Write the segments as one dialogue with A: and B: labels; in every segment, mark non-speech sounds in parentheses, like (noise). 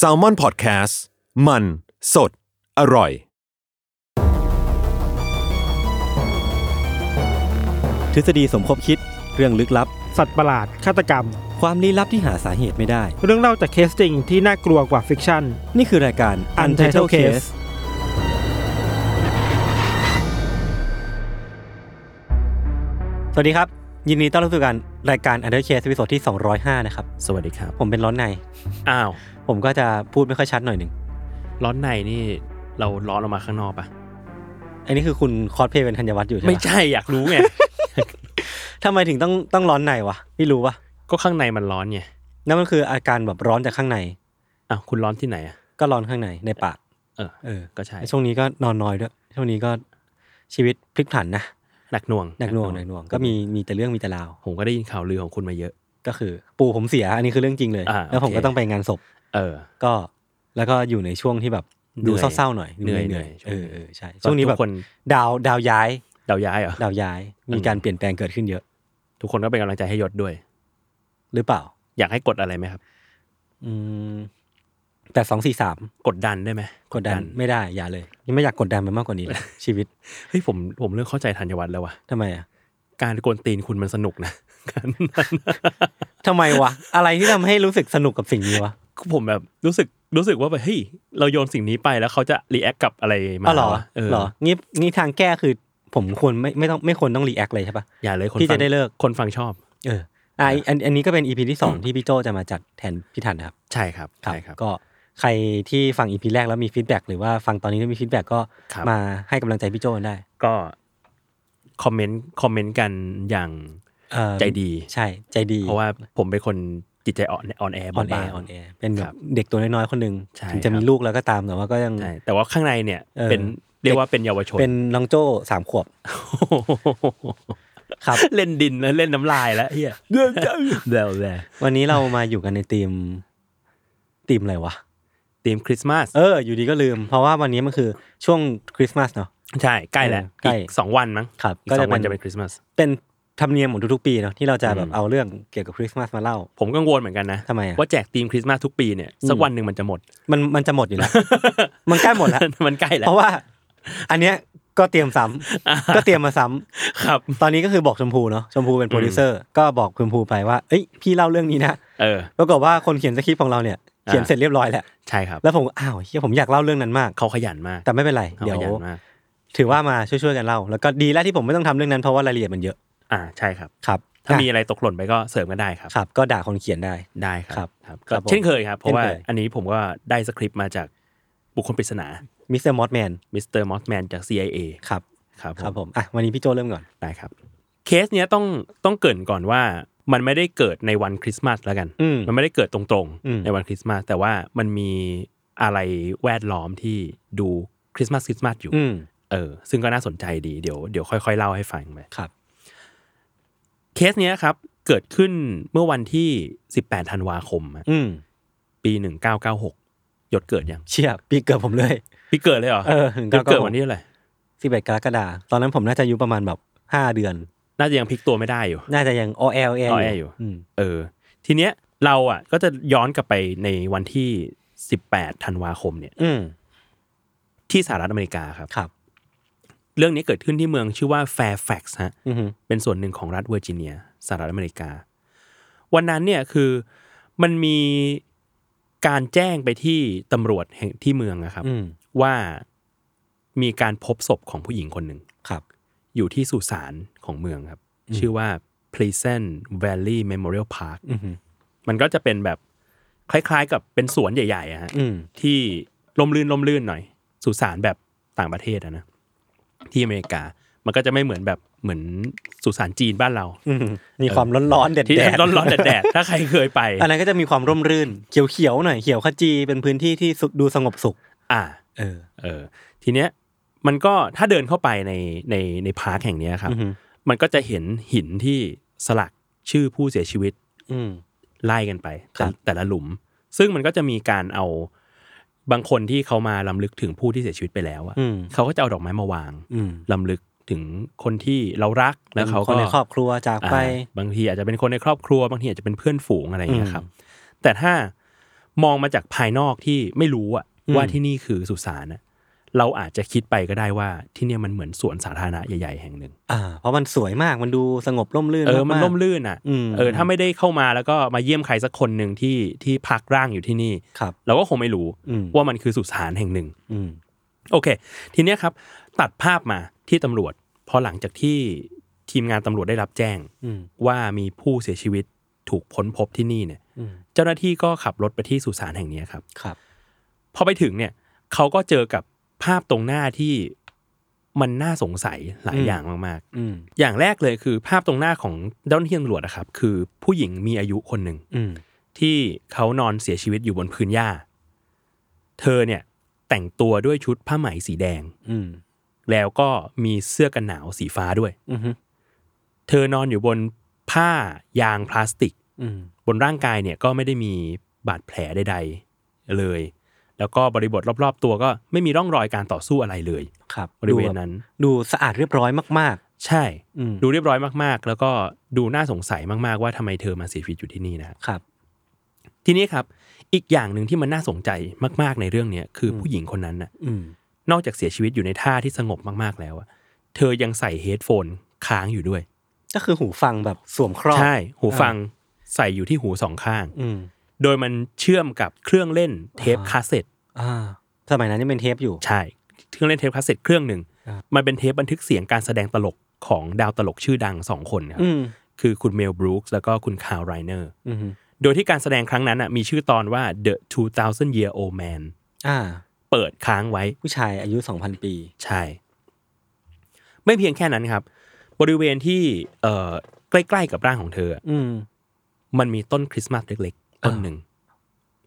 A: s a l m o n PODCAST มัน สด อร่อย
B: ทฤษฎีสมคบคิด เรื่องลึกลับ
C: สัตว์ประหลาด ฆาตกรรม
B: ความลี้ลับที่หาสาเหตุไม่ได้
C: เรื่องเล่าจากเคสจริงที่น่ากลัวกว่าฟิกชั่น
B: นี่คือรายการ Untitled Case สวัสดีครับ ยินดีต้อนรับสู่การรายการ Untitled Case ตอนที่ 205 นะครับ
D: สวัสดีครับ
B: ผมเป็นร้อนใน
D: อ้าว
B: ผมก็จะพูดไม่ค่อยชัดหน่อยหนึ่ง
D: ร้อนในนี่ เราร้อนออกมาข้างนอกปะ
B: อันนี้คือคุณคอสเพย์เป็นธัญวัฒน์อยู่ใช่ไหม
D: ไม่ใช่อยาก
B: (laughs)
D: รู้ไง
B: ทำไมถึงต้องต้องร้อนในวะ ไม่รู้วะ
D: ก็ข้างในมันร้อนไง
B: นั่นมันคืออาการแบบร้อนจากข้างใน
D: อ้าวคุณร้อนที่ไหนอ่ะ
B: ก็ร้อนข้างในในปาก
D: เออ
B: เออ
D: ก็ใช่
B: ช่วงนี้ก็นอนน้อยด้วย ช่วงนี้ก็ชีวิตพลิกผันนะ
D: หนักหน่วง
B: หนักหน่วงหนักหน่วงก็มีมีแต่เรื่องมีแต่ราว
D: ผมก็ได้ยินข่าวลือของคุณมาเยอะ
B: ก็คือปู่ผมเสียอันนี้คือเรื่องจริงเลย
D: อ่า
B: แล้วผม
D: โอเค
B: ก็ต้องไปงานศพ
D: เออ
B: ก็แล้วก็อยู่ในช่วงที่แบบ
D: เหนื่
B: ดู
D: อย
B: เศร้าๆหน่อยดู
D: เหนื่อย
B: เหนื่อย
D: เหนื่
B: เอ
D: อย
B: อเออใช่
D: ช่
B: ช่
D: ว
B: ว
D: ง
B: ง
D: นี้
B: นี้แบ
D: ทุก
B: บ
D: คน
B: ดาวดาวย้าย
D: เดาย้ายเหรอ
B: ดาวย้าย
D: อืม
B: มีการเปลี่ยนแปลงเกิดขึ้นเยอะ
D: ทุกคนก็เป็นกำลังใจให้ยศด้วย
B: หรือเปล่า
D: อยากให้กดอะไรไหมครับ
B: อืมแปดสองสี่สาม
D: กดดันได้ไหม
B: กดดันไม่ได้อย่าเลยยังไม่อยากกดดันมันมากกว่า
D: (laughs)
B: นี้เลย ชีวิต
D: เฮ้ยผมผมเริ่มเข้าใจธัญวัฒน์แล้วว่ะ
B: ทำไมอ่ะ
D: การโกนตีนคุณมันสนุกนะ การนั้น
B: ทำไมวะอะไรที่ทำให้รู้สึกสนุกกับสิ่งนี้วะ
D: ผมแบบรู้สึกรู้สึกว่าแบบเฮ้ยเราโยนสิ่งนี้ไปแล้วเขาจะรีแอคกับอะไรมา
B: อ๋อเหรอ
D: วะเออ
B: เหรองี้งี้ทางแก้คือผมควรไม่ไม่ต้องไม่ควรต้องรีแอคเลยใช่ปะ
D: อย่าเลยคน
B: ที่
D: ฟั
B: จะ
D: ง
B: ได้เลิก
D: คนฟังชอบ
B: เอออ่ะอันอันอันนี้ก็เป็นอีพีที่สองที่พี่โจจะมาจัดแทนพี่ทันนะครับ
D: ใช่ครับใช่ครับ
B: ก็ใครที่ฟังอีพีแรกแล้วมีฟีดแบ็กหรือว่าฟังตอนนี้แล้วมีฟีดแบ็กก็
D: ครับ
B: มาให้กำลังใจพี่โจกันได้
D: ก็คอมเมนต์คอมเมนต์กันอย่าง
B: เอ่อ
D: ใจดี
B: ใช่ใจดี
D: เพราะว่าผมเป็นคนจิตใจอ่อนอ่อนแอ
B: อ
D: บ้า
B: อน
D: ง
B: แอร์ออนแอร์เป็นแบ
D: ครับ บ
B: เด็กตัวน้อยๆคนหนึ่ง
D: ใช่
B: ถึงจะ
D: ครับ
B: มีลูกแล้วก็ตามแต่ว่าก็ยัง
D: ใช่แต่ว่าข้างในเนี่ย
B: เออ
D: เป็นเรียกว่าเป็นเยาวชน
B: เป็นน้องโจ้สามขวบ ครับ
D: (laughs) เล่นดินแล้วเล่นน้ำลายแล้วเฮียแล้วแหละ
B: วันนี้เรามาอยู่กันในทีมทีมอะไรวะ
D: ทีมคริสต์มาส
B: เออ อยู่ดีก็ลืม เพราะว่าวันนี้มันคือช่วงคริสต์มาสเนาะ
D: ใช่ใกล้แล้ว
B: เออใกล้
D: อีกสองวันมั้ง
B: ครับ
D: อีกสองวันจะเป็นคริสต์มาส
B: เป็นธรรมเนียมของทุกๆปีเนาะที่เราจะแบบ
D: อืม
B: เอาเรื่องเกี่ยวกับคริสต์มาสมาเล่า
D: ผมกังวลเหมือนกันนะ
B: ทำไมอะ
D: ว่าแจกทีมคริสต์มาสทุกปีเนี่ยสักวันหนึ่งมันจะหมด
B: มันมันจะหมดอยู่แล้ว มันใกล้ห (laughs) มดแล้ว
D: มันใกล้แล้ว
B: เพราะว่า อันเนี้ยก็เตรียมซ้ำก็เตรียมมาซ้ำ
D: ครับ
B: ตอนนี้ก็คือบอกชมพูเนาะชมพูเป็นโปรดิวเซอร์ก็บอกชมพูไปว่าเอ้ยพี่เล่าเรื่องนี้นะ
D: เออ
B: ปรากฏว่าคนเขียนสคริปต์ของเราเนี่ยเขียนเสร็จเรียบร้อยแล้ว
D: ใช่ครับ
B: แล้วผมก็อ้าวเฮียผมอยากเล่าเรื่องนั้นมาก
D: เขาขยันมาก
B: แต่ไม่เป็นไร
D: เขา
B: เดี๋ย
D: ข
B: ว
D: ยันมาก
B: ถือว่ามาช่วยๆกันเล่าแล้วก็ดีแล้วที่ผมไม่ต้องทำเรื่องนั้นเพราะว่ารายละเอียดมันเยอะ
D: อ่าใช่ครับ
B: ครับ
D: ถ้า
B: อ่ะ
D: มีอะไรตกหล่นไปก็เสริมกันได้ครับ
B: ครับ ก็ด่าคนเขียนได้
D: ได้ค
B: ครั
D: รั
B: บบ ค
D: ก็
B: รับผม
D: เช่นเคยครับ เพราะว่า
B: เช่นเคย
D: อันนี้ผมก็ได้สคริปต์มาจากบุคคลปริศนา
B: มิสเตอร์มอสแมน
D: มิสเตอร์มอสแมนจาก CIA
B: ครับ
D: ครับ
B: ครับผมอ่ะวันนี้พี่โจเริ่มก่อน
D: ได้ครับ เคสเนี้ยต้องต้องเกรินก่อนว่ามันไม่ได้เกิดในวันคริสต์มาสแล้วกัน
B: อืม
D: มันไม่ได้เกิดตรง
B: อืม
D: ๆ ในวันคริสต์มาสแต่ว่ามันมีอะไรแวดล้อมที่ดูคริสต์มาสคริสต์มาสอยู่
B: อืม
D: เออซึ่งก็น่าสนใจดีเดี๋ยวเดี๋ยวค่อยๆเล่าให้ฟังไป
B: ครับ
D: เคสเนี้ยครับเกิดขึ้นเมื่อวันที่ 18ธันวาคมอะ
B: อืม
D: ปี 1996หยดเกิดยัง
B: เชี่ยปีเกิดผมเลย
D: พี่เกิดเลยเหรอ
B: เออถึง
D: หยดเกิดวันที่อะไหร
B: สิบเอ็ดกรกฎาตอนนั้นผมน่าจะอายุประมาณแบบห้าเดือน
D: น่าจะยังพลิกตัวไม่ได้อยู่
B: น่าจะยังออแอลแอ
D: อ้อแอ้อยู่
B: ม
D: เออ ทีเนี้ยเราอ่ะก็จะย้อนกลับไปในวันที่ 18 ธันวาคมเนี่ย
B: อืม
D: ที่สหรัฐอเมริกาครับ
B: ครับ
D: เรื่องนี้เกิดขึ้นที่เมืองชื่อว่าแฟร์แฟกซ์ฮะ
B: อือหือ
D: เป็นส่วนหนึ่งของรัฐเวอร์จิเนียสหรัฐอเมริกา วันนั้นเนี่ยคือมันมีการแจ้งไปที่ตำรวจแห่งที่เมืองนะครับ
B: อืม
D: ว่ามีการพบศพของผู้หญิงคนหนึ่ง
B: ครับ
D: อยู่ที่สุสานของเมืองครับ ชื่อว่า Pleasant Valley Memorial Park
B: อือหือ
D: มันก็จะเป็นแบบคล้ายๆ กับเป็นสวนใหญ่ๆอะฮะ
B: อืม
D: ที่ลมลื่นลมลื่นหน่อย สุสานแบบต่างประเทศอะนะที่อเมริกา มันก็จะไม่เหมือนแบบเหมือนสุสานจีนบ้านเรา
B: อืมมีความร้อนๆแดด
D: ที่
B: แดด
D: ร้อนๆแดดๆถ้าใครเคยไป
B: อันนั้นก็จะมีความร่มรื่น เขียวๆหน่อยเขียวขจีเป็นพื้นที่ที่สุดดูสงบสุข
D: อ่า
B: เออ
D: เออทีเนี้ยมันก็ถ้าเดินเข้าไปในในในพาร์คแห่งเนี้ยครับ
B: อือหือ
D: มันก็จะเห็นหินที่สลักชื่อผู้เสียชีวิต
B: อืม
D: ไล่กันไป
B: ครับ
D: แต่แต่ละหลุม ซึ่งมันก็จะมีการเอาบางคนที่เขามาลำลึกถึงผู้ที่เสียชีวิตไปแล้วอะ
B: อืม
D: เขาก็จะเอาดอกไม้มาวาง
B: อืม
D: ลำลึกถึงคนที่เรารักแล้วเขา
B: ค
D: ก็
B: นในครอบครัวจากไป
D: อ่าบางทีอาจจะเป็นคนในครอบครัว บางทีอาจจะเป็นเพื่อนฝูงอะไรอย่างเงี้ยครับ แต่ถ้ามองมาจากภายนอกที่ไม่รู้อะ
B: อืม
D: ว่าที่นี่คือสุสานอะเราอาจจะคิดไปก็ได้ว่าที่เนี่ยมันเหมือนสวนสาธารณะใหญ่ๆแห่งหนึ่ง
B: อ่า เพราะมันสวยมากมันดูสงบร่มรื่น
D: เออมัน
B: ากๆ
D: ร่มรื่นอ่ะ
B: อืม
D: เออถ้าไม่ได้เข้ามาแล้วก็มาเยี่ยมใครสักคนหนึ่งที่ที่พักร่างอยู่ที่นี่
B: ครับ
D: เราก็คงไม่รู้
B: อืม
D: ว่ามันคือสุสานแห่งหนึ่ง
B: อืม
D: โอเค ทีเนี้ยครับ ตัดภาพมาที่ตำรวจพอหลังจากที่ทีมงานตำรวจได้รับแจ้ง
B: อืม
D: ว่ามีผู้เสียชีวิตถูกค้นพบที่นี่เนี่ย
B: อืม
D: เจ้าหน้าที่ก็ขับรถไปที่สุสานแห่งเนี้ยครับ
B: ครับ
D: พอไปถึงเนี่ยเขาก็เจอกับภาพตรงหน้าที่มันน่าสงสัยหลาย
B: อืม
D: อย่างมาก
B: อืม
D: ๆ อย่างแรกเลยคือภาพตรงหน้าของเจ้าหน้าที่ตำรวจนะครับ คือผู้หญิงมีอายุคนหนึ่ง
B: อืม
D: ที่เขานอนเสียชีวิตอยู่บนพื้นหญ้า เธอเนี่ยแต่งตัวด้วยชุดผ้าไหมสีแดง
B: อืม
D: แล้วก็มีเสื้อกันหนาวสีฟ้าด้วย
B: อืมฮึ
D: เธอนอนอยู่บนผ้ายางพลาสติก
B: อืม
D: บนร่างกายเนี่ยก็ไม่ได้มีบาดแผลใดๆเลย แล้วก็บริบทรอบๆ ตัวก็ไม่มีร่องรอยการต่อสู้อะไรเลย
B: ครับ
D: บริเวณ
B: ดูแ
D: นั้น
B: ดูสะอาดเรียบร้อยมาก
D: ใช่
B: ๆ อืม
D: ดูเรียบร้อยมากๆ แล้วก็ดูน่าสงสัยมากๆว่าทำไมเธอมาเสียชีวิตอยู่ที่นี่นะครับ
B: ครับ
D: ทีนี้ครับ อีกอย่างหนึ่งที่มันน่าสนใจมากๆในเรื่องเนี้ยคืออผู้หญิงคนนั้นน่ะ
B: อืม
D: นอกจากเสียชีวิตอยู่ในท่าที่สงบมากๆแล้วอะเธอยังใส่เฮดโฟนค้างอยู่ด้วย
B: ก็คือหูฟังแบบสวมครอบ
D: ใช่ หูฟังใส่อยู่ที่หูสองข้าง
B: อืม
D: โดยมันเชื่อมกับเครื่องเล่นเทป
B: อ่า
D: คาสเซ็ต
B: อ่า สมัยนั้นยังเป็นเทปอยู่
D: ใช่ เครื่องเล่นเทปคาสเซ็ตเครื่องหนึ่ง
B: ครับ
D: มันเป็นเทปบันทึกเสียงการแสดงตลกของดาวตลกชื่อดังสองคนครับ
B: อืม
D: คือคุณเมลบรูคส์แล้วก็คุณคาร์ไรเนอร์
B: อืมฮึ
D: โดยที่การแสดงครั้งนั้นน่ะมีชื่อตอนว่า The 2000 Year Old Man
B: อ่า
D: เปิดค้างไว้
B: ผู้ชายอายุสองพันปี
D: ใช่ ไม่เพียงแค่นั้นครับ บริเวณที่เอ่อใกล้ๆกับร่างของเธอ
B: อืม
D: มันมีต้นคริสต์มาสเล็กๆ ต้นหนึ่ง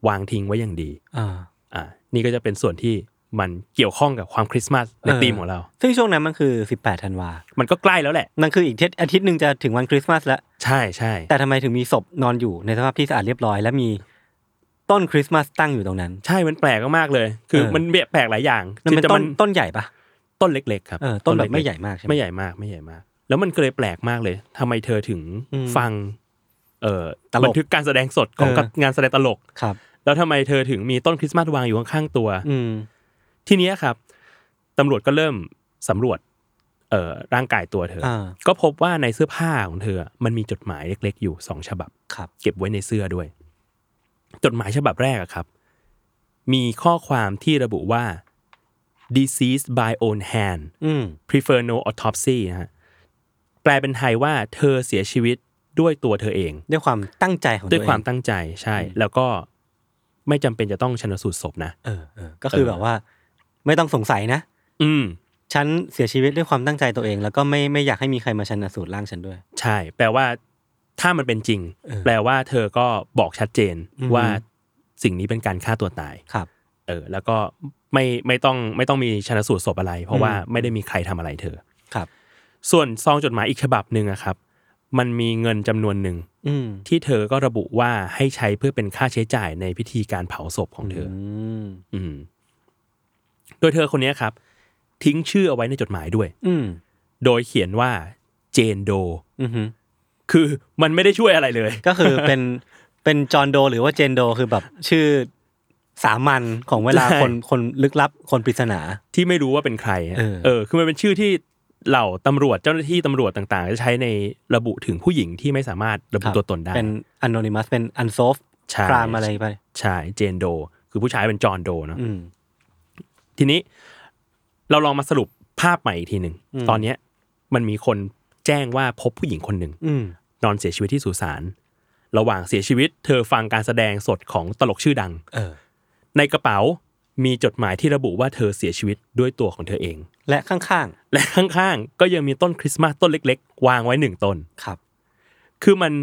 D: วางทิ้งไว้อย่างดี
B: อ่า
D: อ่า นี่ก็จะเป็นส่วนที่มันเกี่ยวข้องกับความคริสต์มาสใน
B: เออ
D: ธีมของเรา
B: ซึ่งช่วงนั้นมันคือสิบแปดธันวา
D: มันก็ใกล้แล้วแหละ
B: มันคืออีกเทศอาทิตย์หนึ่งจะถึงวันคริสต์มาสแล้ว
D: ใช่ใช่
B: แต่ทำไมถึงมีศพนอนอยู่ในสภาพที่สะอาดเรียบร้อย และมีต้นคริสต์มาสตั้งอยู่ตรงนั้น
D: ใช่ มันแปลกมากๆเลย คือ
B: เออ
D: มันแปลกหลายอย่าง
B: นั่นเป็น
D: แต่
B: ต้
D: มัน
B: ต้นใหญ่ปะ
D: ต้นเล็กๆครับ
B: เออต้นแบบไม่
D: เล็กๆ
B: ใหญ่มากใช่ไหม
D: ไม่ใหญ่มาก ไม่ใหญ่มาก แล้วมันก็เลยแปลกมากเลยทำไมเธอถึง
B: อืม
D: ฟัง เอ่อ
B: ตลก
D: บันทึกการแสดงสดของ
B: เออ
D: งานแสดงตลก
B: ครับ
D: แล้วทำไมเธอถึงมีต้นคริสต์มาสวางอยู่ข้างๆตัว
B: อืม
D: ทีเนี้ยครับตำรวจก็เริ่มสำรวจ เอ่อร่างกายตัวเธออ
B: อ่า
D: ก็พบว่าในเสื้อผ้าของเธอ มันมีจดหมายเล็ก ๆ อยู่สองฉบับ
B: ครับ
D: เก็บไว้ในเสื้อด้วย จดหมายฉบับแรกอะครับ มีข้อความที่ระบุว่า deceased by own hand
B: อืม
D: prefer no autopsy นะฮะแปลเป็นไทยว่าเธอเสียชีวิตด้วยตัวเธอเอง
B: ด้วยความตั้งใจของ
D: ด้วยความ
B: เอง
D: ตั้งใจใช่ แล้วก็ไม่จำเป็นจะต้องชนสูตรศพนะ
B: เออเออก็คือแบบว่า ไม่ต้องสงสัยนะ
D: อืม
B: ฉันเสียชีวิตด้วยความตั้งใจตัวเอง แล้วก็ไม่ไม่อยากให้มีใครมาชันสูตรร่างฉันด้วย
D: ใช่ แปลว่า ถ้ามันเป็นจริง
B: เออ
D: แปลว่าเธอก็บอกชัดเจน
B: อือฮึ
D: ว่าสิ่งนี้เป็นการฆ่าตัวตาย
B: ครับ
D: เออแล้วก็ไม่ไม่ต้องไม่ต้องมีชนสูตรศพอะไร เพราะว่าไม่ได้มีใครทำอะไรเธอ
B: ครับ
D: ส่วนซองจดหมายอีกฉบับหนึ่งอะครับ มันมีเงินจำนวนหนึ่ง
B: อืม
D: ที่เธอก็ระบุว่าให้ใช้เพื่อเป็นค่าใช้จ่ายในพิธีการเผาศพของเธออ
B: ม
D: อืมโดยเธอคนนี้ครับ ทิ้งชื่อเอาไว้ในจดหมายด้วย
B: อืม
D: โดยเขียนว่าเจนโด
B: อือหือ
D: คือมันไม่ได้ช่วยอะไรเลย
B: ก็คือเป็น (laughs) เป็นจอห์นโด หรือว่าเจนโดคือแบบชื่อสามัญของเวลา
D: ใช่
B: คนคนลึกลับคนปริศนา
D: ที่ไม่รู้ว่าเป็นใครอะ
B: เออ
D: เออ คือมันเป็นชื่อที่เหล่าตำรวจเจ้าหน้าที่ตำรวจต่างๆ จะใช้ในระบุถึงผู้หญิงที่ไม่สามารถระบุ
B: ครับ
D: ตัวตนได้
B: เป็น anonymous เป็น unsolved
D: ใช่
B: ครามอะไรไป
D: ใช่เจนโด คือผู้ชายเป็นจอห์นโดเนาะ
B: อืม
D: ทีนี้เราลองมาสรุปภาพใหม่อีกทีหนึ่ง
B: อืม
D: ตอนเนี้ยมันมีคนแจ้งว่าพบผู้หญิงคนหนึ่ง
B: อืม
D: นอนเสียชีวิตที่สุสานระหว่างเสียชีวิต เธอฟังการแสดงสดของตลกชื่อดัง
B: เออ
D: ในกระเป๋า มีจดหมายที่ระบุว่าเธอเสียชีวิตด้วยตัวของเธอเอง
B: และข้าง
D: และข้างๆก็ยังมีต้นคริสต์มาสต้นเล็ก ๆ วางไว้หนึ่งต้น
B: ๆ ครับ
D: คือมัน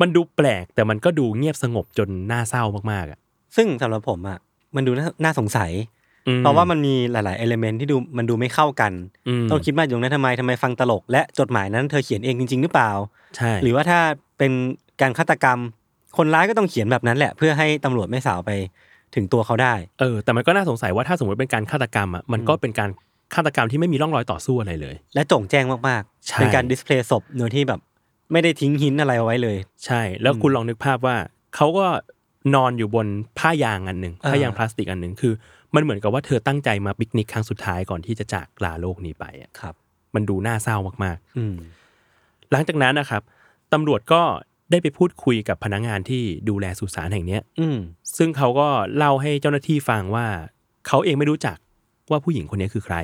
D: มันดูแปลกแต่มันก็ดูเงียบสงบจนน่าเศร้ามากๆอ่ะ
B: ซึ่งสำหรับผมอ่ะมันดูน่าน่าสงสัย
D: อื
B: เพราะว่ามันมีหลายๆเอลิเมนที่ดูมันดูไม่เข้ากัน
D: อืม
B: ต้องคิดมากอยู่นั้นทำไมทำไมฟังตลก และจดหมายนั้นเธอเขียนเองจริง ๆ หรือเปล่า
D: ใช่
B: หรือว่าถ้าเป็นการฆาตกรรม คนร้ายก็ต้องเขียนแบบนั้นแหละ เพื่อให้ตำรวจไม่สาวไปถึงตัวเขาได้
D: เออแต่มันก็น่าสงสัยว่าถ้าสมมติเป็นการฆาตกรรมอ่ะมันก็เป็นการฆาตกรรมที่ไม่มีร่องรอยต่อสู้อะไรเลย
B: และโจ่งแจ้งมาก
D: ใช่
B: ๆ เป็นการดิสเพลย์ศพโดยที่แบบไม่ได้ทิ้งหินอะไรเอาไว้เลย
D: ใช่ แล้วคุณลองนึกภาพว่าเขาก็นอนอยู่บนผ้ายางอันหนึ่ง
B: อ่า
D: ผ้ายางพลาสติกอันหนึ่งคือ มันเหมือนกับว่าเธอตั้งใจมาปิกนิกครั้งสุดท้ายก่อนที่จะจากลาโลกนี้ไปอะ
B: ครับ
D: มันดูน่าเศร้ามาก
B: อืม
D: ๆ หลังจากนั้นนะครับตำรวจก็ได้ไปพูดคุยกับพนักงานที่ดูแลสุสานแห่งเนี้ย
B: อืม
D: ซึ่งเขาก็เล่าให้เจ้าหน้าที่ฟังว่าเขาเองไม่รู้จักว่าผู้หญิงคนนี้คือใคร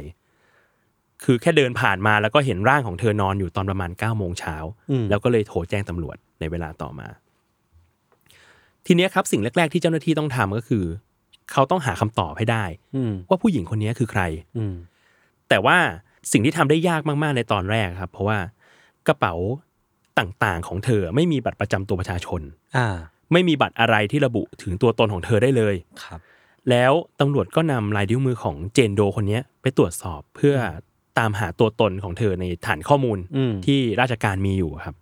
D: คือแค่เดินผ่านมาแล้วก็เห็นร่างของเธอนอนอยู่ตอนประมาณ9ก้าโมงเช้า
B: อืม
D: แล้วก็เลยโทรแจ้งตำรวจในเวลาต่อมา ทีเนี้ยครับสิ่งแรก ๆ ที่เจ้าหน้าที่ต้องทำก็คือ เขาต้องหาคำตอบให้ได้
B: อืม
D: ว่าผู้หญิงคนนี้คือใคร
B: อืม
D: แต่ว่าสิ่งที่ทำได้ยากมาก ๆ ในตอนแรกครับ เพราะว่ากระเป๋าต่างๆของเธอไม่มีบัตรประจำตัวประชาชน
B: อ่า
D: ไม่มีบัตรอะไรที่ระบุถึงตัวตนของเธอได้เลย
B: ครับ
D: แล้วตำรวจก็นำลายนิ้วมือของเจนโดคนเนี้ยไปตรวจสอบเพื่อตามหาตัวตนของเธอในฐานข้อมูล
B: อืม
D: ที่ราชการมีอยู่ครับ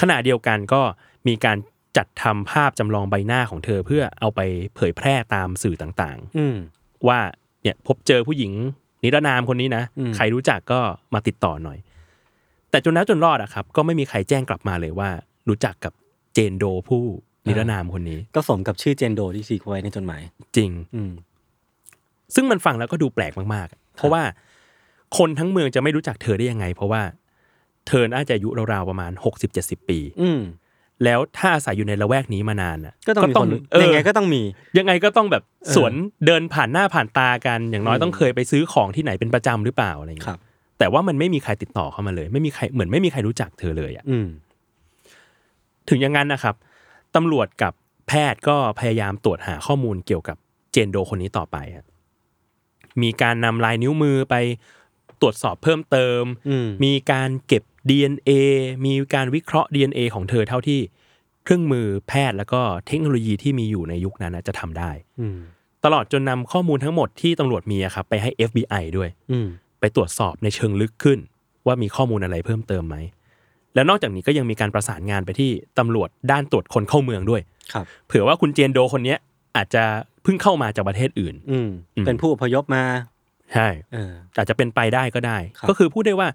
D: ขณะเดียวกันก็มีการจัดทำภาพจำลองใบหน้าของเธอเพื่อเอาไปเผยแพร่ตามสื่อต่าง
B: อืม
D: ๆ ว่าเนี่ยพบเจอผู้หญิงนิรนามคนนี้นะ
B: อืม
D: ใครรู้จักก็มาติดต่อหน่อย แต่จนแล้วจนรอดอะครับ ก็ไม่มีใครแจ้งกลับมาเลยว่า รู้จักกับเจนโดผู้นิรนามคนนี้
B: ก็สมกับชื่อเจนโดที่ซีกไว้ในจดหมาย
D: จริง
B: อืม
D: ซึ่งมันฟังแล้วก็ดูแปลกมากๆ เพราะว่าคนทั้งเมืองจะไม่รู้จักเธอได้ยังไง เพราะว่าเธอน่าจะอายุราวๆประมาณ 60-70 ปี
B: อืม
D: แล้วถ้าอาศัยอยู่ในละแวกนี้มานานอ่ะ
B: ก็ต้องมีคน
D: เออ
B: ยังไงก็ต้องมี
D: ยังไงก็ต้องแบบ
B: เออ
D: สวนเดินผ่านหน้าผ่านตากัน อย่างน้อย
B: อืม
D: ต้องเคยไปซื้อของที่ไหนเป็นประจำหรือเปล่าอะไรอย่าง
B: ครั
D: เงี้
B: บ
D: ยแต่ว่ามันไม่มีใครติดต่อเข้ามาเลย ไม่มีใครเหมือนไม่มีใครรู้จักเธอเลยอ่ะ
B: อืม
D: ถึงอย่างนั้นนะครับ ตำรวจกับแพทย์ก็พยายามตรวจหาข้อมูลเกี่ยวกับเจนโดคนนี้ต่อไปฮะมีการนำลายนิ้วมือไปตรวจสอบเพิ่มเติม
B: อืม
D: มีการเก็บ DNA มีการวิเคราะห์ DNA ของเธอเท่าที่เครื่องมือแพทย์แล้วก็เทคโนโลยีที่มีอยู่ในยุคนั้นน่ะจะทำได้
B: อืม
D: ตลอดจนนำข้อมูลทั้งหมดที่ตำรวจมีอะครับไปให้ FBI ด้วย
B: อืม
D: ไปตรวจสอบในเชิงลึกขึ้น ว่ามีข้อมูลอะไรเพิ่มเติมไหม แล้วนอกจากนี้ก็ยังมีการประสานงานไปที่ตำรวจด้านตรวจคนเข้าเมืองด้วย
B: ครับ
D: เผื่อว่าคุณเจนโดคนเนี้ยอาจจะเพิ่งเข้ามาจากประเทศอื่น
B: อืม
D: อืม
B: เป็นผู้อพยพมา
D: ใช่
B: เออ
D: อาจจะเป็นไปได้ก็ได้
B: ครับ
D: ก็คือพูดได้ว่า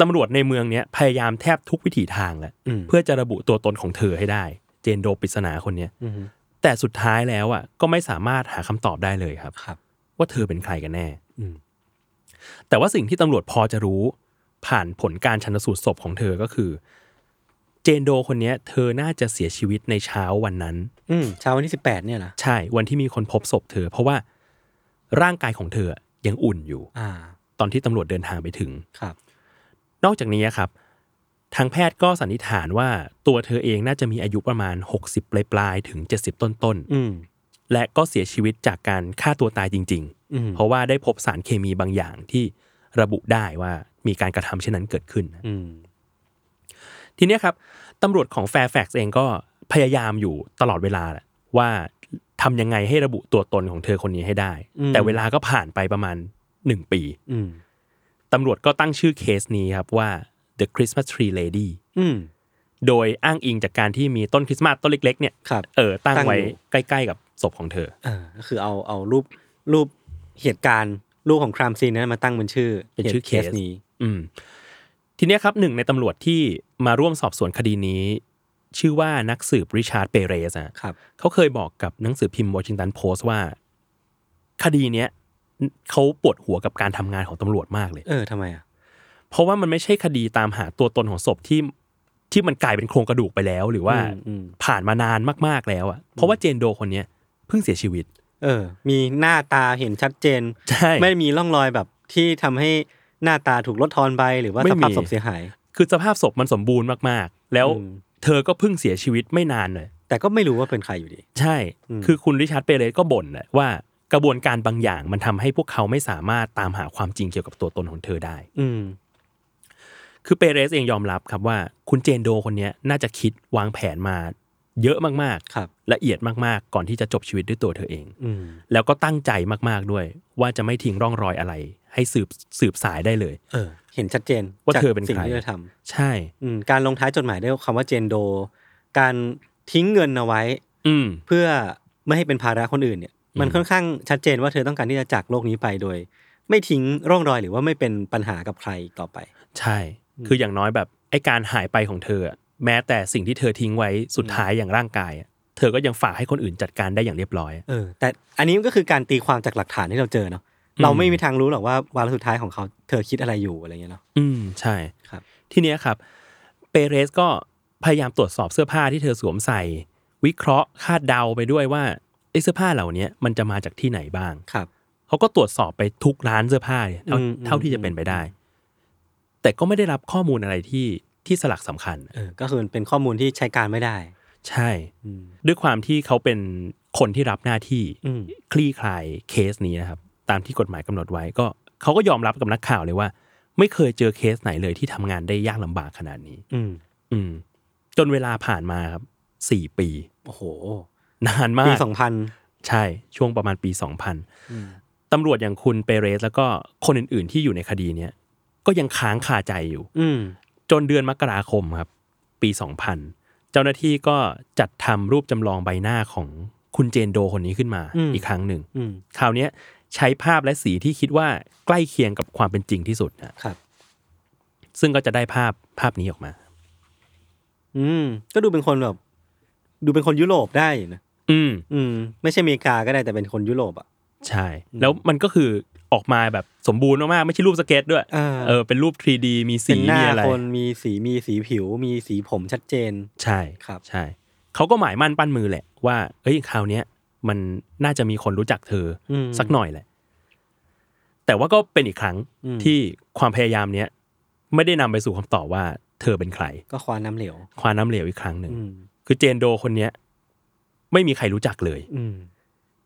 D: ตำรวจในเมืองเนี้ยพยายามแทบทุกวิถีทางแล้ว
B: อืม
D: เพื่อจะระบุตัวตนของเธอให้ได้ เจนโดปริศนาคนเนี้ย
B: อืม
D: แต่สุดท้ายแล้วอ่ะก็ไม่สามารถหาคำตอบได้เลยครับ
B: ครับ
D: ว่าเธอเป็นใครกันแน่
B: อืม
D: แต่ว่าสิ่งที่ตำรวจพอจะรู้ ผ่านผลการชันสูตรศพของเธอก็คือ เจนโดคนเนี้ย เธอน่าจะเสียชีวิตในเช้าวันนั้น
B: อืมเช้าวันที่สิบแปดเนี่ยนะ
D: ใช่ วันที่มีคนพบศพเธอ เพราะว่าร่างกายของเธอยังอุ่นอยู่
B: อ่า
D: ตอนที่ตำรวจเดินทางไปถึง
B: ครับ
D: นอกจากนี้ครับ ทางแพทย์ก็สันนิษฐานว่าตัวเธอเองน่าจะมีอายุประมาณ 60 ปลายปลายๆถึง 70 ต้นต้นๆ
B: อืม
D: และก็เสียชีวิตจากการฆ่าตัวตายจริง ๆ
B: อืม
D: เพราะว่าได้พบสารเคมีบางอย่างที่ระบุได้ว่ามีการกระทำเช่นนั้นเกิดขึ้น
B: อืม
D: ทีเนี้ยครับตำรวจของแฟร์แฟกซ์เองก็พยายามอยู่ตลอดเวลาแหละว่าทำยังไงให้ระบุตัวตนของเธอคนนี้ให้ได้
B: อืม
D: แต่เวลาก็ผ่านไปประมาณ 1 ปี
B: อืม
D: ตำรวจก็ตั้งชื่อเคสนี้ครับว่า The Christmas Tree Lady
B: อืม
D: โดยอ้างอิงจากการที่มีต้นคริสต์มาสต้นเล็ก ๆ เนี่ย
B: ครับ
D: เออตั้ง
B: ตั้ง
D: ไว้
B: อยู่
D: ใกล้ ๆ กับศพของเธอ
B: เออก็คือเอาเอารูปรูปเหตุการณ์รูปของครามซีนนั้นมาตั้งเป็นชื่อ
D: เป็นชื่อ
B: หตุ
D: case
B: นี้
D: อืมทีเนี้ยครับหนึ่งในตำรวจที่มาร่วมสอบสวนคดีนี้ ชื่อว่านักสืบริชาร์ดเปเรสอะ
B: ครับ
D: เขาเคยบอกกับหนังสือพิมพ์วอชิงตันโพสต์ว่า คดีเนี้ยเขาปวดหัวกับการทำงานของตำรวจมากเลย
B: เออทำไมอ่ะ
D: เพราะว่ามันไม่ใช่คดีตามหาตัวตนของศพที่ที่มันกลายเป็นโครงกระดูกไปแล้ว หรือว่า
B: อืมอืม
D: ผ่านมานานมากๆแล้วอะเพราะว่าเจนโดคนเนี้ยเพิ่งเสียชีวิต
B: เออ มีหน้าตาเห็นชัดเจน
D: ใช่
B: ไม่มีร่องรอยแบบที่ทำให้หน้าตาถูกลดทอนไปหรือว่า
D: ไม่
B: ส
D: มี
B: ภาพศพเสียหาย
D: คือสภาพศพมันสมบูรณ์มากๆ แล้ว
B: อืม
D: เธอก็เพิ่งเสียชีวิตไม่นานเลย
B: แต่ก็ไม่รู้ว่าเป็นใครอยู่ดี
D: ใช่
B: อืม
D: คือคุณริชาร์ดเปเลสก็บ่นแหละว่ากระบวนการบางอย่างมันทำให้พวกเขาไม่สามารถตามหาความจริงเกี่ยวกับตัวตนของเธอได้
B: อืม
D: คือเปเรสเองยอมรับครับว่าคุณเจนโดคนเนี้ยน่าจะคิดวางแผนมาเยอะมาก
B: ครับ
D: ๆ ละเอียดมากๆ ก่อนที่จะจบชีวิตด้วยตัวเธอเอง
B: อืม
D: แล้วก็ตั้งใจมากๆด้วย ว่าจะไม่ทิ้งร่องรอยอะไร ให้สืบสืบสายได้เลย
B: เออ เห็นชัดเจน
D: ว่า
B: จก
D: เธอเป็น
B: สิ่ง
D: ใคร
B: ที่เธอท
D: ใช่
B: ำอืมการลงท้ายจดหมายด้วยคำว่าเจนโด การทิ้งเงินเอาไว้
D: อืม
B: เพื่อไม่ให้เป็นภาระคนอื่นเนี่ย มัน
D: อืม
B: ค่อนข้างชัดเจนว่าเธอต้องการที่จะจากโลกนี้ไปโดย ไม่ทิ้งร่องรอยหรือว่าไม่เป็นปัญหากับใครอีกต่อไป
D: ใช่ คืออย่างน้อยแบบไอการหายไปของเธออะแม้แต่สิ่งที่เธอทิ้งไว้สุดท้ายอย่างร่างกายอะเธอก็ยังฝากให้คนอื่นจัดการได้อย่างเรียบร้อย
B: เออ แต่อันนี้มันก็คือการตีความจากหลักฐานที่เราเจอเนาะ
D: อืม
B: เราไม่มีทางรู้หรอกว่าวาระสุดท้ายของเขาเธอคิดอะไรอยู่อะไรเงี้ยเนาะ
D: อืมใช่
B: ครับ
D: ทีเนี้ยครับ เปเรสก็พยายามตรวจสอบเสื้อผ้าที่เธอสวมใส่ วิเคราะห์คาดเดาไปด้วยว่าไอ้เสื้อผ้าเหล่าเนี้ยมันจะมาจากที่ไหนบ้าง
B: ครับ
D: เขาก็ตรวจสอบไปทุกร้านเสื้อผ้าเนี่ยเท่า
B: อืมอืม
D: เท่าที่จะเป็นไปได้ แต่ก็ไม่ได้รับข้อมูลอะไรที่ที่สลักสำคัญ
B: เออ ก็คือมันเป็นข้อมูลที่ใช้การไม่ได้
D: ใช่
B: อืม
D: ด้วยความที่เขาเป็นคนที่รับหน้าที่
B: อืม
D: คลี่คลายเคสนี้นะครับ ตามที่กฎหมายกำหนดไว้ก็เขาก็ยอมรับกับนักข่าวเลยว่า ไม่เคยเจอเคสไหนเลยที่ทำงานได้ยากลำบากขนาดนี้
B: อืม
D: อืม จนเวลาผ่านมาครับสี่ปี (laughs)
B: โอ้โห
D: นานมา
B: ปี
D: ก
B: สองพัน
D: ใช่ช่วงประมาณปี 2000ตำรวจอย่างคุณเปเรสแล้วก็คนอื่นๆที่อยู่ในคดีเนี้ยก็ยังค้างคาใจอยู่
B: อืม
D: จนเดือนมกราคมครับ ปี 2000 เจ้าหน้าที่ก็จัดทำรูปจำลองใบหน้าของคุณเจนโดคนนี้ขึ้นมา
B: อืม
D: อีกครั้งหนึ่ง
B: อืม
D: คราวเนี้ยใช้ภาพและสีที่คิดว่าใกล้เคียงกับความเป็นจริงที่สุดนะครับ ซึ่งก็จะได้ภาพภาพนี้ออกมา
B: อืม ก็ดูเป็นคนแบบ ดูเป็นคนยุโรปได้อยู่นะ
D: อืม
B: อืม ไม่ใช่อเมริกาก็ได้แต่เป็นคนยุโรปอ่ะ
D: ใช่ แล้วมันก็คือออกมาแบบสมบูรณ์มากๆ ไม่ใช่รูปสเก็ตด้วย
B: อ่า
D: เออ เป็นรูป 3D มีสี
B: เป็นหน้า
D: มีอะไร
B: คนมีสีมีสีผิว มีสีผมชัดเจน
D: ใช่
B: ครับ
D: ใช่ เขาก็หมายมั่นปั้นมือแหละ ว่า เอ้ย คราวเนี้ยมันน่าจะมีคนรู้จักเธออ
B: ม
D: สักหน่อยแหละ แต่ว่าก็เป็นอีกครั้ง
B: อืม
D: ที่ความพยายามเนี้ยไม่ได้นำไปสู่คำตอบว่า เธอเป็นใคร
B: ก็ควานน้ำเหลว
D: ควานน้ำเหลวอีกครั้งหนึ่ง
B: อืม
D: คือเจนโดคนเนี้ยไม่มีใครรู้จักเลย
B: อืม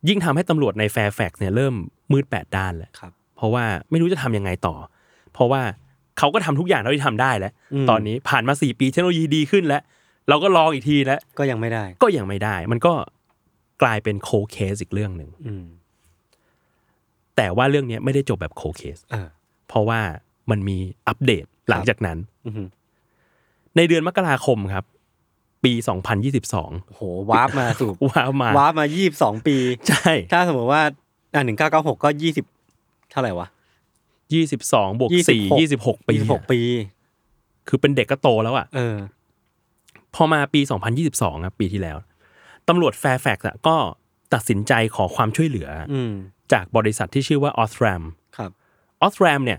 D: ยิ่งทำให้ตำรวจในแฟร์แฟกซ์เนี่ยเริ่มมืดแปดด้านแล้ว
B: ครับ
D: เพราะว่าไม่รู้จะทำยังไงต่อ เพราะว่าเขาก็ทำทุกอย่างเท่าที่ทำได้แล้ว
B: อืม
D: ตอนนี้ผ่านมาสี่ปีเทคโนโลยีดีขึ้นแล้ว เราก็ลองอีกทีแล้ว
B: ก็ยังไม่ได้
D: ก็ยังไม่ได้ มันก็กลายเป็นโคเคสอีกเรื่องหนึ่ง
B: อืม
D: แต่ว่าเรื่องเนี้ยไม่ได้จบแบบโคเคส
B: เออ
D: เพราะว่ามันมีอัปเดตหลังจากนั้น
B: อือหือ
D: ในเดือนมกราคมครับ ปี 2022
B: โอ้โหวาร์ปมาสู่
D: ว้ (laughs) าวมาว
B: าร์ปมายี่สิบสองปี
D: ใช่
B: ถ้าสมมติว่าอ่าหนึ่งเก้าเก้าหกก็ยี่สิบเท่าไหร่วะ
D: 22บวก
B: 26
D: 4 26 ปี
B: ยี่สิบหก
D: อะ
B: ปี
D: คือเป็นเด็กก็โตแล้วอ่ะ
B: เออ
D: พอมาปี 2022ครับปีที่แล้ว ตำรวจแฟร์แฟกซ์ก็ตัดสินใจขอความช่วยเหลืออ
B: อืม
D: จากบริษัทที่ชื่อว่าออสแรม
B: ครับ
D: ออสแรมเนี่ย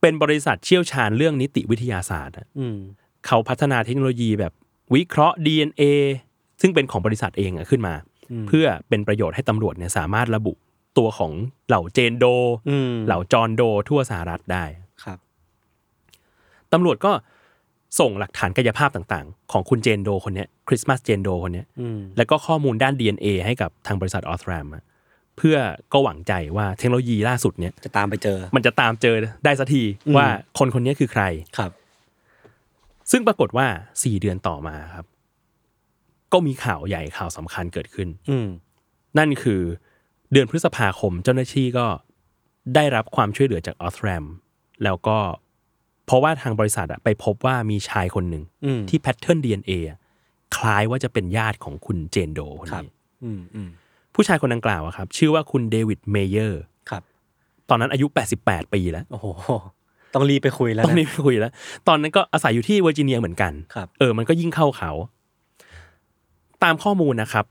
D: เป็นบริษัทเชี่ยวชาญเรื่องนิติวิทยาศาสตร์อะ
B: อืม
D: เขาพัฒนาเทคโนโลยีแบบวิเคราะห์ DNA ซึ่งเป็นของบริษัทเองอะขึ้นมา เพื่อเป็นประโยชน์ให้ตำรวจเนี่ยสามารถระบุตัวของเหล่าเจนโด
B: อืม
D: เหล่าจอห์นโดทั่วสหรัฐได้
B: ครับ
D: ตำรวจก็ส่งหลักฐานกายภาพต่างๆ ของคุณเจนโดคนเนี้ยคริสต์มาสเจนโดคนเนี้ย
B: อืม
D: แล้วก็ข้อมูลด้าน DNA ให้กับทางบริษัทออสแรมเพื่อก็หวังใจว่าเทคโนโลยีล่าสุดเนี่ย
B: จะตามไปเจอ
D: มันจะตามเจอได้สักที
B: อืม
D: ว่าคนคนเนี้ยคือใคร
B: ครับ
D: ซึ่งปรากฏว่า 4 เดือนต่อมาครับ ก็มีข่าวใหญ่ข่าวสำคัญเกิดขึ้น
B: อืม
D: นั่นคือเดือนพฤษภาคมเจ้าหน้าที่ก็ได้รับความช่วยเหลือจากออสแรมแล้วก็เพราะว่าทางบริษัทอะไปพบว่ามีชายคนหนึ่ง
B: อืม
D: ที่แพทเทิร์น DNA อะคล้ายว่าจะเป็นญาติของคุณเจนโดคน
B: ครับ
D: นี้
B: อืมอืม
D: ผู้ชายคนดังกล่าวอะครับ ชื่อว่าคุณเดวิดเมเยอร์
B: ครับ
D: ตอนนั้นอายุ 88 ปีแล้ว
B: โอ้โห ต้องรีบไปคุยแล้ว
D: ตอน
B: นะ
D: นี้ไม่คุยแล้ว ตอนนั้นก็อาศัยอยู่ที่เวอร์จิเนียเหมือนกัน
B: ครับ
D: เออ มันก็ยิ่งเข้าเขา ตามข้อมูลนะครับ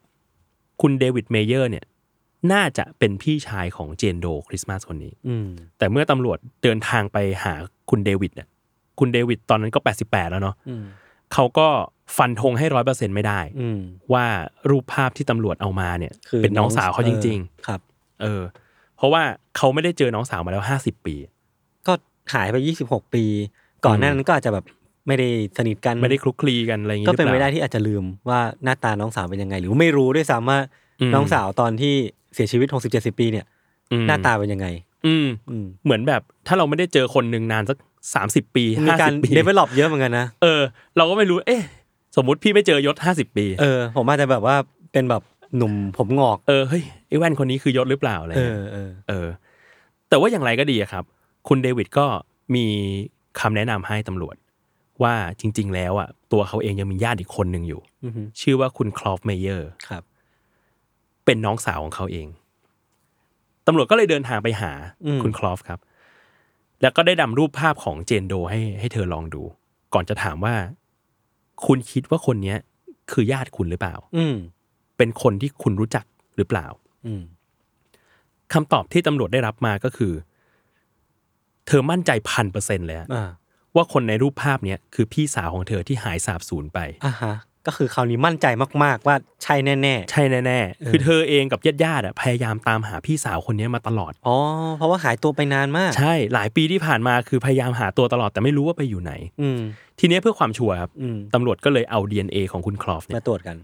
D: คุณเดวิดเมเยอร์เนี่ย น่าจะเป็นพี่ชายของเจนโดคริสต์มาสคนนี้
B: อืม
D: แต่เมื่อตำรวจเดินทางไปหาคุณเดวิดเนี่ยคุณเดวิดตอนนั้นก็ 88 แล้วเนาะ
B: อืม
D: เขาก็ฟันธงให้ร้อยเปอร์เซ็นไม่ได้
B: อืม
D: ว่ารูปภาพที่ตำรวจเอามาเนี่ย
B: คือ
D: เป็นน้องสาวเขาจริง
B: ออครับ
D: ๆ เออ เพราะว่าเขาไม่ได้เจอน้องสาวมาแล้วห้าสิบปี
B: ก็หายไปยี่สิบหกปี ก่อนหน้านั้นก็อาจจะแบบ ไม่ได้สนิทกัน
D: ไม่ได้คลุกคลีกันอะไรอย่างงี้
B: ก็เป็น
D: ห
B: ไป
D: รือล่า
B: ได้ที่อาจจะลืมว่าหน้าตาน้องสาวเป็นยังไง หรือไม่รู้ด้วยซ้ำว่า
D: อืม
B: น้องสาวตอนที่เสียชีวิตหกสิบเจ็ดสิบปีเนี่ย
D: อืม
B: หน้าตาเป็นยังไง
D: อืม
B: อืม
D: เหมือนแบบถ้าเราไม่ได้เจอคนหนึ่งนานสักสามสิบปี
B: มี
D: ห้า
B: การ
D: สิบปี
B: เดเวล็อปเยอะเหมือนกันนะ
D: เออ เราก็ไม่รู้ เอ๊ะ สมมติพี่ไม่เจอยศห้าสิบปี
B: เออ ผมอาจจะแบบว่าเป็นแบบหนุ่มผมงอก
D: เออเฮ้ยไอ้แว่นคนนี้คือยศหรือเปล่าอะไร
B: เอ
D: เงี้ย
B: อเออ
D: เออ แต่ว่าอย่างไรก็ดีอะครับ คุณเดวิดก็มีคำแนะนำให้ตำรวจ ว่าจริง ๆ แล้วอ่ะตัวเขาเองยังมีญาติอีกคนหนึ่งอยู่
B: อือฮึ
D: ชื่อว่าคุณคลอฟเมเยอร์
B: ครับ
D: เป็นน้องสาวของเขาเอง ตำรวจก็เลยเดินทางไปหา
B: อืม
D: คุณคลอฟครับ แล้วก็ได้นำรูปภาพของเจนโดให้ให้เธอลองดู ก่อนจะถามว่า คุณคิดว่าคนเนี้ย คือญาติคุณหรือเปล่า
B: อืม
D: เป็นคนที่คุณรู้จักหรือเปล่า
B: อืม
D: คำตอบที่ตำรวจได้รับมาก็คือ เธอมั่นใจพันเปอร์เซ็นต์เลยอะ
B: อ่า
D: ว่าคนในรูปภาพเนี้ยคือพี่สาวของเธอที่หายสาบสูญไป
B: อ่าฮะ ก็คือคราวนี้มั่นใจมาก ๆ ว่าใช่แน่
D: ใช่แน่
B: เออ
D: ๆคือเธอเองกับญาติๆอะพยายามตามหาพี่สาวคนเนี้ยมาตลอด
B: ๆอ๋อ เพราะว่าหายตัวไปนานม (laughs) าก
D: ใช่หลายปีที่ผ่านมาคือพยายามหาตัวตลอดแต่ไม่รู้ว่าไปอยู่ไหน
B: อืม
D: ทีเนี้ยเพื่อความชัวร์ครับ
B: อืม
D: ตำรวจก็เลยเอา DNA ของคุณคลอฟเนี่
B: มาย ตรวจกัน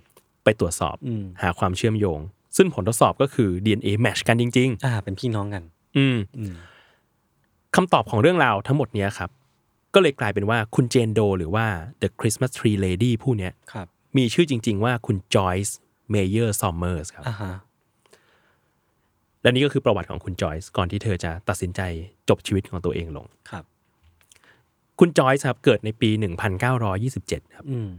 D: ไปตรวจสอบ
B: อืม
D: หาความเชื่อมโยง ซึ่งผลทดสอบก็คือ DNA แมชกันจริง
B: อ่า เป็นพี่น้องกัน
D: ๆ อืม
B: อืม
D: คำตอบของเรื่องราวทั้งหมดเนี้ยครับ ก็เลยกลายเป็นว่าคุณเจนโดหรือว่า The Christmas Tree Lady ผู้เนี้ย
B: ครับ
D: มีชื่อจริง ๆ ว่าคุณจอยส์เมเยอร์ซอมเมอร์สครับ
B: อ่าฮะ
D: และนี่ก็คือประวัติของคุณจอยส์ก่อนที่เธอจะตัดสินใจจบชีวิตของตัวเองลง
B: ครับ
D: คุณจอยส์ครับเกิดในปี 1927ครับ
B: อืม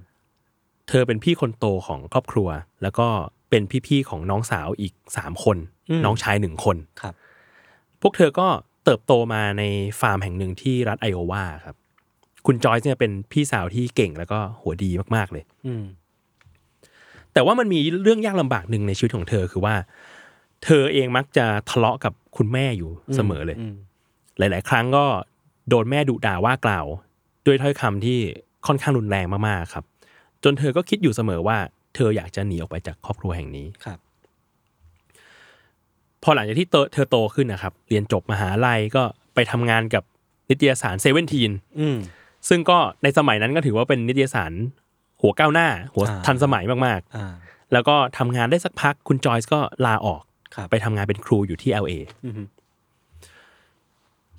D: เธอเป็นพี่คนโตของครอบครัว แล้วก็เป็นพี่ๆของน้องสาวอีกสามคน
B: อืม
D: น้องชายหนึ่งคน
B: ครับ
D: พวกเธอก็เติบโตมาในฟาร์มแห่งหนึ่งที่รัฐไอโอวาครับ คุณจอยเนี่ยเป็นพี่สาวที่เก่งแล้วก็หัวดีมากๆเลย
B: อืม
D: แต่ว่ามันมีเรื่องยากลำบากหนึ่งในชีวิตของเธอคือว่า เธอเองมักจะทะเลาะกับคุณแม่อยู่เสมอเลย
B: อืม
D: หลาย ๆ ครั้งก็โดนแม่ดุด่าว่ากล่าว ด้วยถ้อยคำที่ค่อนข้างรุนแรงมาก ๆ ครับ จนเธอก็คิดอยู่เสมอว่า เธออยากจะหนีออกไปจากครอบครัวแห่งนี้
B: ครับ
D: พอหลังจากที่เตเธอโตขึ้นนะครับ เรียนจบมหาลัยก็ไปทำงานกับนิตยสารเซเว่นทีน
B: อืม
D: ซึ่งก็ในสมัยนั้นก็ถือว่าเป็นนิตยสารหัวก้าวหน้า หัว
B: อ่า
D: ทันสมัยมาก
B: อ่า
D: ๆ แล้วก็ทำงานได้สักพักคุณจอยส์ก็ลาออก
B: ครับ
D: ไปทำงานเป็นครูอยู่ที่ LA
B: อืม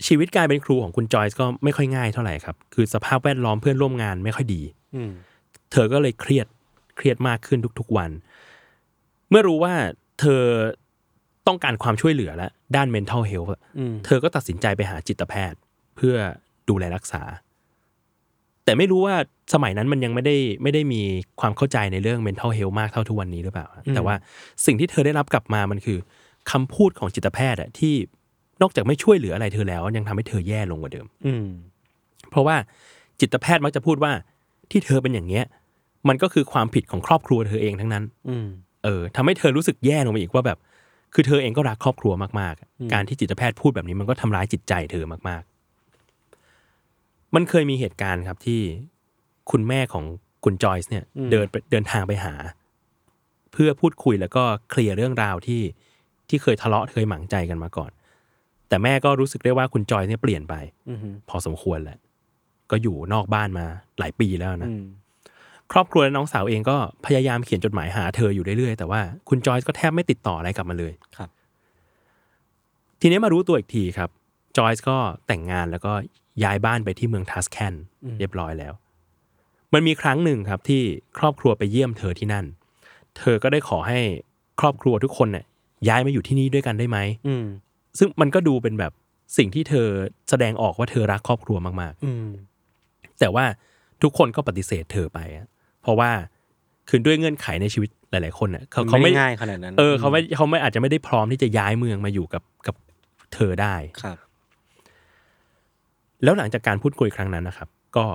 D: ชีวิตการเป็นครูของคุณจอยส์ก็ไม่ค่อยง่ายเท่าไหร่ครับ คือสภาพแวดล้อมเพื่อนร่วมงานไม่ค่อยดี
B: อืม
D: เธอก็เลยเครียดเครียดมากขึ้นทุกๆวัน เมื่อรู้ว่าเธอต้องการความช่วยเหลือแล้วด้าน mental health อะ
B: อืม
D: เธอก็ตัดสินใจไปหาจิตแพทย์เพื่อดูแลรักษา แต่ไม่รู้ว่าสมัยนั้นมันยังไม่ได้ไม่ได้มีความเข้าใจในเรื่อง mental health มากเท่าทุกวันนี้หรือเปล่า แต่ว่าสิ่งที่เธอได้รับกลับมามันคือคำพูดของจิตแพทย์อะที่นอกจากไม่ช่วยเหลืออะไรเธอแล้ว ยังทำให้เธอแย่ลงกว่าเดิม
B: อืม
D: เพราะว่าจิตแพทย์มักจะพูดว่าที่เธอเป็นอย่างเงี้ย มันก็คือความผิดของครอบครัวเธอเองทั้งนั้น
B: อืม
D: เออทำให้เธอรู้สึกแย่ลงไปอีกว่าแบบ คือเธอเองก็รักครอบครัวมากๆ การที่จิตแพทย์พูดแบบนี้มันก็ทำร้ายจิตใจเธอมากๆ มันเคยมีเหตุการณ์ครับที่คุณแม่ของคุณจอยส์เนี่ยเดินไปเดินทางไปหา เพื่อพูดคุยแล้วก็เคลียร์เรื่องราวที่ที่เคยทะเลาะเคยหมางใจกันมาก่อน แต่แม่ก็รู้สึกได้ว่าคุณจอยส์เนี่ยเปลี่ยนไป
B: อืม
D: พอสมควรแหละ ก็อยู่นอกบ้านมาหลายปีแล้วนะ
B: อืม
D: ครอบครัวและน้องสาวเองก็พยายามเขียนจดหมายหาเธออยู่เรื่อยๆ แต่ว่าคุณจอยก็แทบไม่ติดต่ออะไรกลับมาเลย
B: ครับ
D: ทีนี้มารู้ตัวอีกทีครับ จอยก็แต่งงานแล้วก็ย้ายบ้านไปที่เมืองทัสแคนเรียบร้อยแล้ว มันมีครั้งหนึ่งครับที่ครอบครัวไปเยี่ยมเธอที่นั่น เธอก็ได้ขอให้ครอบครัวทุกคนเนี่ยย้ายมาอยู่ที่นี่ด้วยกันได้ไหม
B: อืม
D: ซึ่งมันก็ดูเป็นแบบสิ่งที่เธอแสดงออกว่าเธอรักครอบครัวมากๆ
B: อืม
D: แต่ว่าทุกคนก็ปฏิเสธเธอไปอะเพราะว่าคือด้วยเงื่อนไขในชีวิตหลาย ๆ คนน่ะเขาเขาไม่
B: ด้ง่ายขนาดนั้น
D: เออเขาไม่เขาไม่อาจจะไม่ได้พร้อมที่จะย้ายเมืองมาอยู่กับกับเธอได้
B: ครับ
D: แล้วหลังจากการพูดคุยครั้งนั้นนะครับ ก็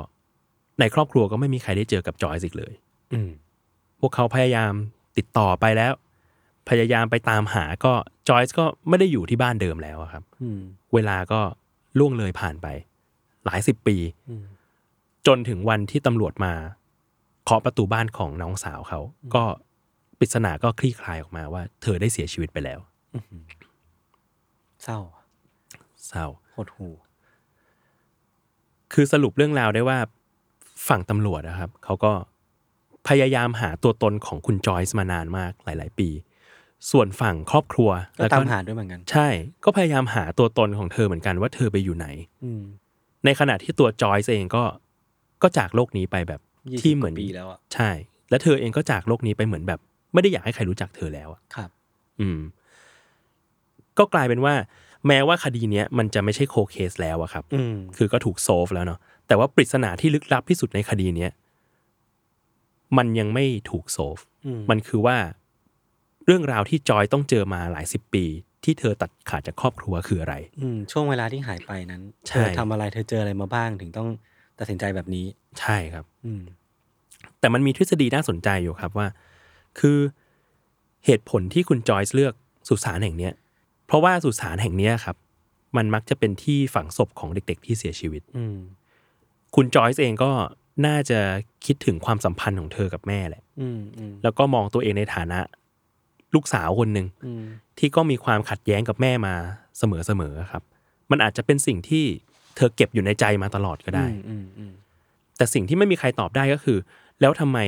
D: ในครอบครัวก็ไม่มีใครได้เจอกับจอยสิกเลย
B: อืม
D: พวกเขาพยายามติดต่อไปแล้ว พยายามไปตามหาก็จอยส์ก็ไม่ได้อยู่ที่บ้านเดิมแล้วอะครับ
B: อืม
D: เวลาก็ล่วงเลยผ่านไป หลายสิบปี
B: อืม
D: จนถึงวันที่ตำรวจมาเคาะประตูบ้านของน้องสาวเขา ก็ปริศนาก็คลี่คลายออกมาว่า เธอได้เสียชีวิตไปแล้ว
B: เศร้า
D: เศร้า
B: หดหู
D: คือสรุปเรื่องราวได้ว่า ฝั่งตำรวจนะครับเขาก็พยายามหาตัวตนของคุณจอยส์มานานมากหลาย ๆ ปี ส่วนฝั่งครอบครัว
B: ก็
D: แล้ว
B: ตามหาด้วยเหมือนกัน
D: ใช่ ก็พยายามหาตัวตนของเธอเหมือนกันว่าเธอไปอยู่ไหน
B: อืม
D: ในขณะที่ตัวจอยส์เองก็ก็จากโลกนี้ไปแบบ
B: 20
D: ที่เหมือน
B: กว่าปีแล้วอะ
D: ใช่ และเธอเองก็จากโลกนี้ไปเหมือนแบบ ไม่ได้อยากให้ใครรู้จักเธอแล้วอะ
B: ครับ
D: อืม ก็กลายเป็นว่า แม้ว่าคดีเนี้ยมันจะไม่ใช่โคเคสแล้วอะครับ
B: อืม
D: คือก็ถูกโซฟแล้วเนาะแต่ว่าปริศนาที่ลึกลับที่สุดในคดีเนี้ยมันยังไม่ถูกโซฟ
B: อืม
D: มันคือว่า เรื่องราวที่จอยต้องเจอมาหลายสิบปี ที่เธอตัดขาดจากครอบครัวคืออะไร
B: อืมช่วงเวลาที่หายไปนั้นเธ
D: ใช่
B: อทำอะไรเธอเจออะไรมาบ้างถึงต้องตัดสินใจแบบนี้
D: ใช่ครับ
B: อืม
D: แต่มันมีทฤษฎีน่าสนใจอยู่ครับว่า คือเหตุผลที่คุณจอยส์เลือกสุสานแห่งเนี้ย เพราะว่าสุสานแห่งเนี้ยครับ มันมักจะเป็นที่ฝังศพของเด็ก ๆ ที่เสียชีวิต
B: อืม
D: คุณจอยส์เองก็น่าจะคิดถึงความสัมพันธ์ของเธอกับแม่แหละ
B: อืมอืม
D: แล้วก็มองตัวเองในฐานะ ลูกสาวคนหนึ่ง
B: อืม
D: ที่ก็มีความขัดแย้งกับแม่มาเสมอๆครับ มันอาจจะเป็นสิ่งที่เธอเก็บอยู่ในใจมาตลอดก็ได้
B: อืมอืม
D: แต่สิ่งที่ไม่มีใครตอบได้ก็คือ แล้วทำไม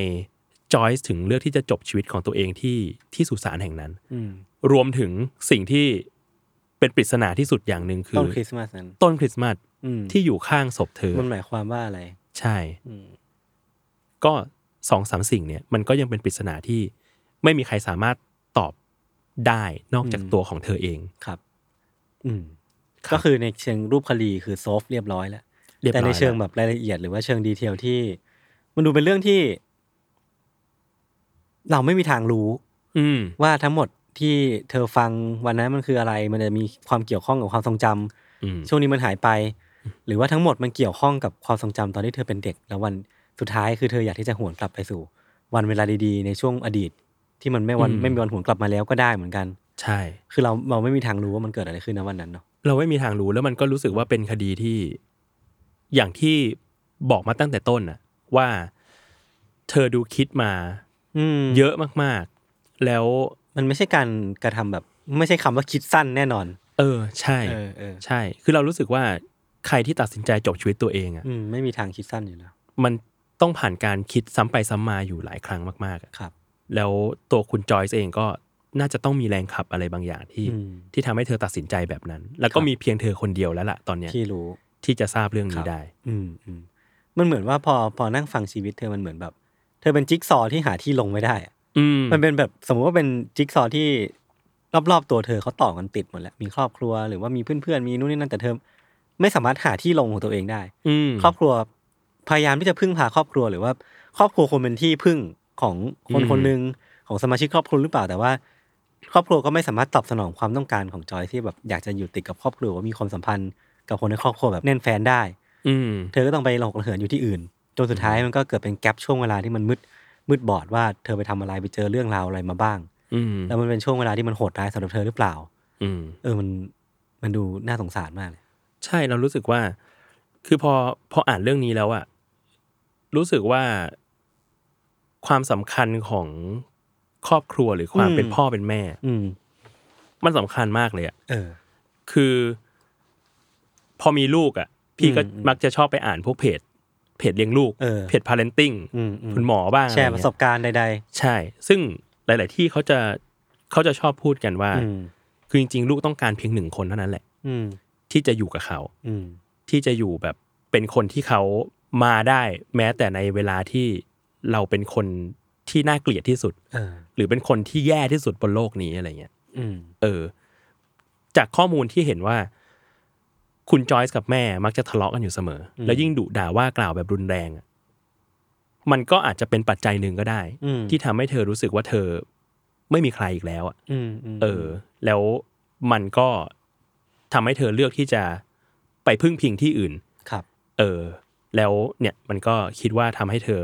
D: จอยส์ถึงเลือกที่จะจบชีวิตของตัวเองที่ที่สุสานแห่งนั้น
B: อืม
D: รวมถึงสิ่งที่เป็นปริศนาที่สุดอย่างหนึ่งคือ
B: ต้นคริสต์มาสนั้น
D: ต้นคริสต์มาส
B: อืม
D: ที่อยู่ข้างศพเธอ
B: มันหมายความว่าอะไร
D: ใช่
B: อืม
D: ก็สองสามสิ่งเนี่ยมันก็ยังเป็นปริศนาที่ไม่มีใครสามารถตอบได้นอกจาก
B: อืม
D: ตัวของเธอเอง
B: ครับ อืม
D: ครับ
B: ก็คือในเชิงรูปคดีคือโซฟเรียบร้อยแล้ว
D: เรียบร้
B: แต่
D: อย
B: ในเชิง
D: ล้ว
B: แบบรายละเอียดหรือว่าเชิงดีเทลที่ มันดูเป็นเรื่องที่ เราไม่มีทางรู้
D: อืม
B: ว่าทั้งหมดที่เธอฟังวันนั้นมันคืออะไร มันจะมีความเกี่ยวข้องกับความทรงจำ
D: อืม
B: ช่วงนี้มันหายไป หรือว่าทั้งหมดมันเกี่ยวข้องกับความทรงจำตอนที่เธอเป็นเด็ก แล้ววันสุดท้ายคือเธออยากที่จะหวนกลับไปสู่ วันเวลาดีๆ ในช่วงอดีต ที่มันไม่วันไม่มีวันหวนกลับมาแล้วก็ได้เหมือนกัน
D: ใช่
B: คือเราเราไม่มีทางรู้ว่ามันเกิดอะไรขึ้นนะวันนั้นเนาะ
D: เราไม่มีทางรู้แล้วมันก็รู้สึกว่าเป็นคดีที่อย่างที่บอกมาตั้งแต่ต้นน่ะ ว่าเธอดูคิดมา
B: อืม
D: เยอะมากๆ แล้ว
B: มันไม่ใช่การกระทำแบบ ไม่ใช่คำว่าคิดสั้นแน่นอน
D: เออ ใช่
B: เออเออ
D: ใช่ คือเรารู้สึกว่าใครที่ตัดสินใจจบชีวิตตัวเองอ่ะ
B: อืมไม่มีทางคิดสั้นอยู่แล้ว
D: มันต้องผ่านการคิดซ้ำไปซ้ำมาอยู่หลายครั้งมากๆอะ
B: ครับ
D: แล้วตัวคุณจอยส์เองก็น่าจะต้องมีแรงขับอะไรบางอย่างที่
B: อืม
D: ที่ทำให้เธอตัดสินใจแบบนั้น แล้วก็
B: ครับ
D: มีเพียงเธอคนเดียวแล้วล่ะตอนเนี้ย
B: ที่รู้
D: ที่จะทราบเรื่อง
B: ครั
D: นี้
B: บ
D: ได้
B: อืมอืมมันเหมือนว่าพอพอนั่งฟังชีวิตเธอมันเหมือนแบบ เธอเป็นจิ๊กซอว์ที่หาที่ลงไม่ได้อะ
D: อืม
B: มันเป็นแบบสมมุติว่าเป็นจิ๊กซอว์ที่รอบๆตัวเธอเขาต่อกันติดหมดแล้วมีครอบครัวหรือว่ามีเพื่อนๆมีนู่นนี่นั่นแต่เธอไม่สามารถหาที่ลงของตัวเองได้
D: อืม
B: ครอบครัวพยายามที่จะพึ่งพาครอบครัวหรือว่า ครอบครัวควรเป็นที่พึ่งของคน
D: อืม
B: คนหนึ่งของสมาชิกครอบครัวหรือเปล่าแต่ว่า ครอบครัวก็ไม่สามารถตอบสนองความต้องการของจอยที่แบบอยากจะอยู่ติดกับครอบครัวหรือว่ามีความสัมพันธ์กับคนในครอบครัวแบบแน่นแฟนได้
D: อืม
B: เธอก็ต้องไปหลอกระเหินอยู่ที่อื่นจนสุดท้ายมันก็เกิดเป็นแกลบช่วงเวลาที่มันมืดมืดบอดว่าเธอไปทำอะไรไปเจอเรื่องราวอะไรมาบ้าง
D: อืม
B: แล้วมันเป็นช่วงเวลาที่มันโหดร้ายสำหรับเธอหรือเปล่า
D: อืม
B: เออมันมันดูน่าสงสารมากเลย
D: ใช่เรารู้สึกว่า คือพอพออ่านเรื่องนี้แล้วอะรู้สึกว่าความสำคัญของครอบครัวหรือความเป็นพ่อเป็นแม่
B: อืม
D: มันสำคัญมากเลยอะ
B: เออ
D: คือ พอมีลูกอ่ะ พี่ก็
B: อืมอืม
D: มักจะชอบไปอ่านพวกเพจ เพจเลี้ยงลูก
B: เออ
D: เพจพา r e นติ้ง
B: อืมอืม
D: คุณหมอบ้าง
B: แชร์
D: อ
B: ป
D: ไเงี้
B: ระ
D: ย
B: สบการณ์ใด
D: ใช่ ซึ่งหลาย ๆ ที่เขาจะเขาจะชอบพูดกันว่า
B: ๆ อืม
D: คือจริง ๆ ลูกต้องการเพียงหนึ่งคนเท่านั้นแหละ
B: อืม
D: ที่จะอยู่กับเขา
B: อืม
D: ที่จะอยู่แบบเป็นคนที่เขามาได้ แม้แต่ในเวลาที่เราเป็นคนที่น่าเกลียดที่สุด
B: เออ
D: หรือเป็นคนที่แย่ที่สุดบนโลกนี้อะไรเงี้ย
B: อืม
D: เออ จากข้อมูลที่เห็นว่า คุณจอยส์กับแม่มักจะทะเลาะกันอยู่เสมอ
B: อืม
D: แล้วยิ่งดุด่าว่ากล่าวแบบรุนแรงอะมันก็อาจจะเป็นปัจจัยหนึ่งก็ได้
B: อืม
D: ที่ทำให้เธอรู้สึกว่าเธอไม่มีใครอีกแล้วอะ
B: อืมม
D: เออ แล้วมันก็ทำให้เธอเลือกที่จะไปพึ่งพิงที่อื่น
B: ครับ
D: เออ แล้วเนี่ยมันก็คิดว่าทำให้เธอ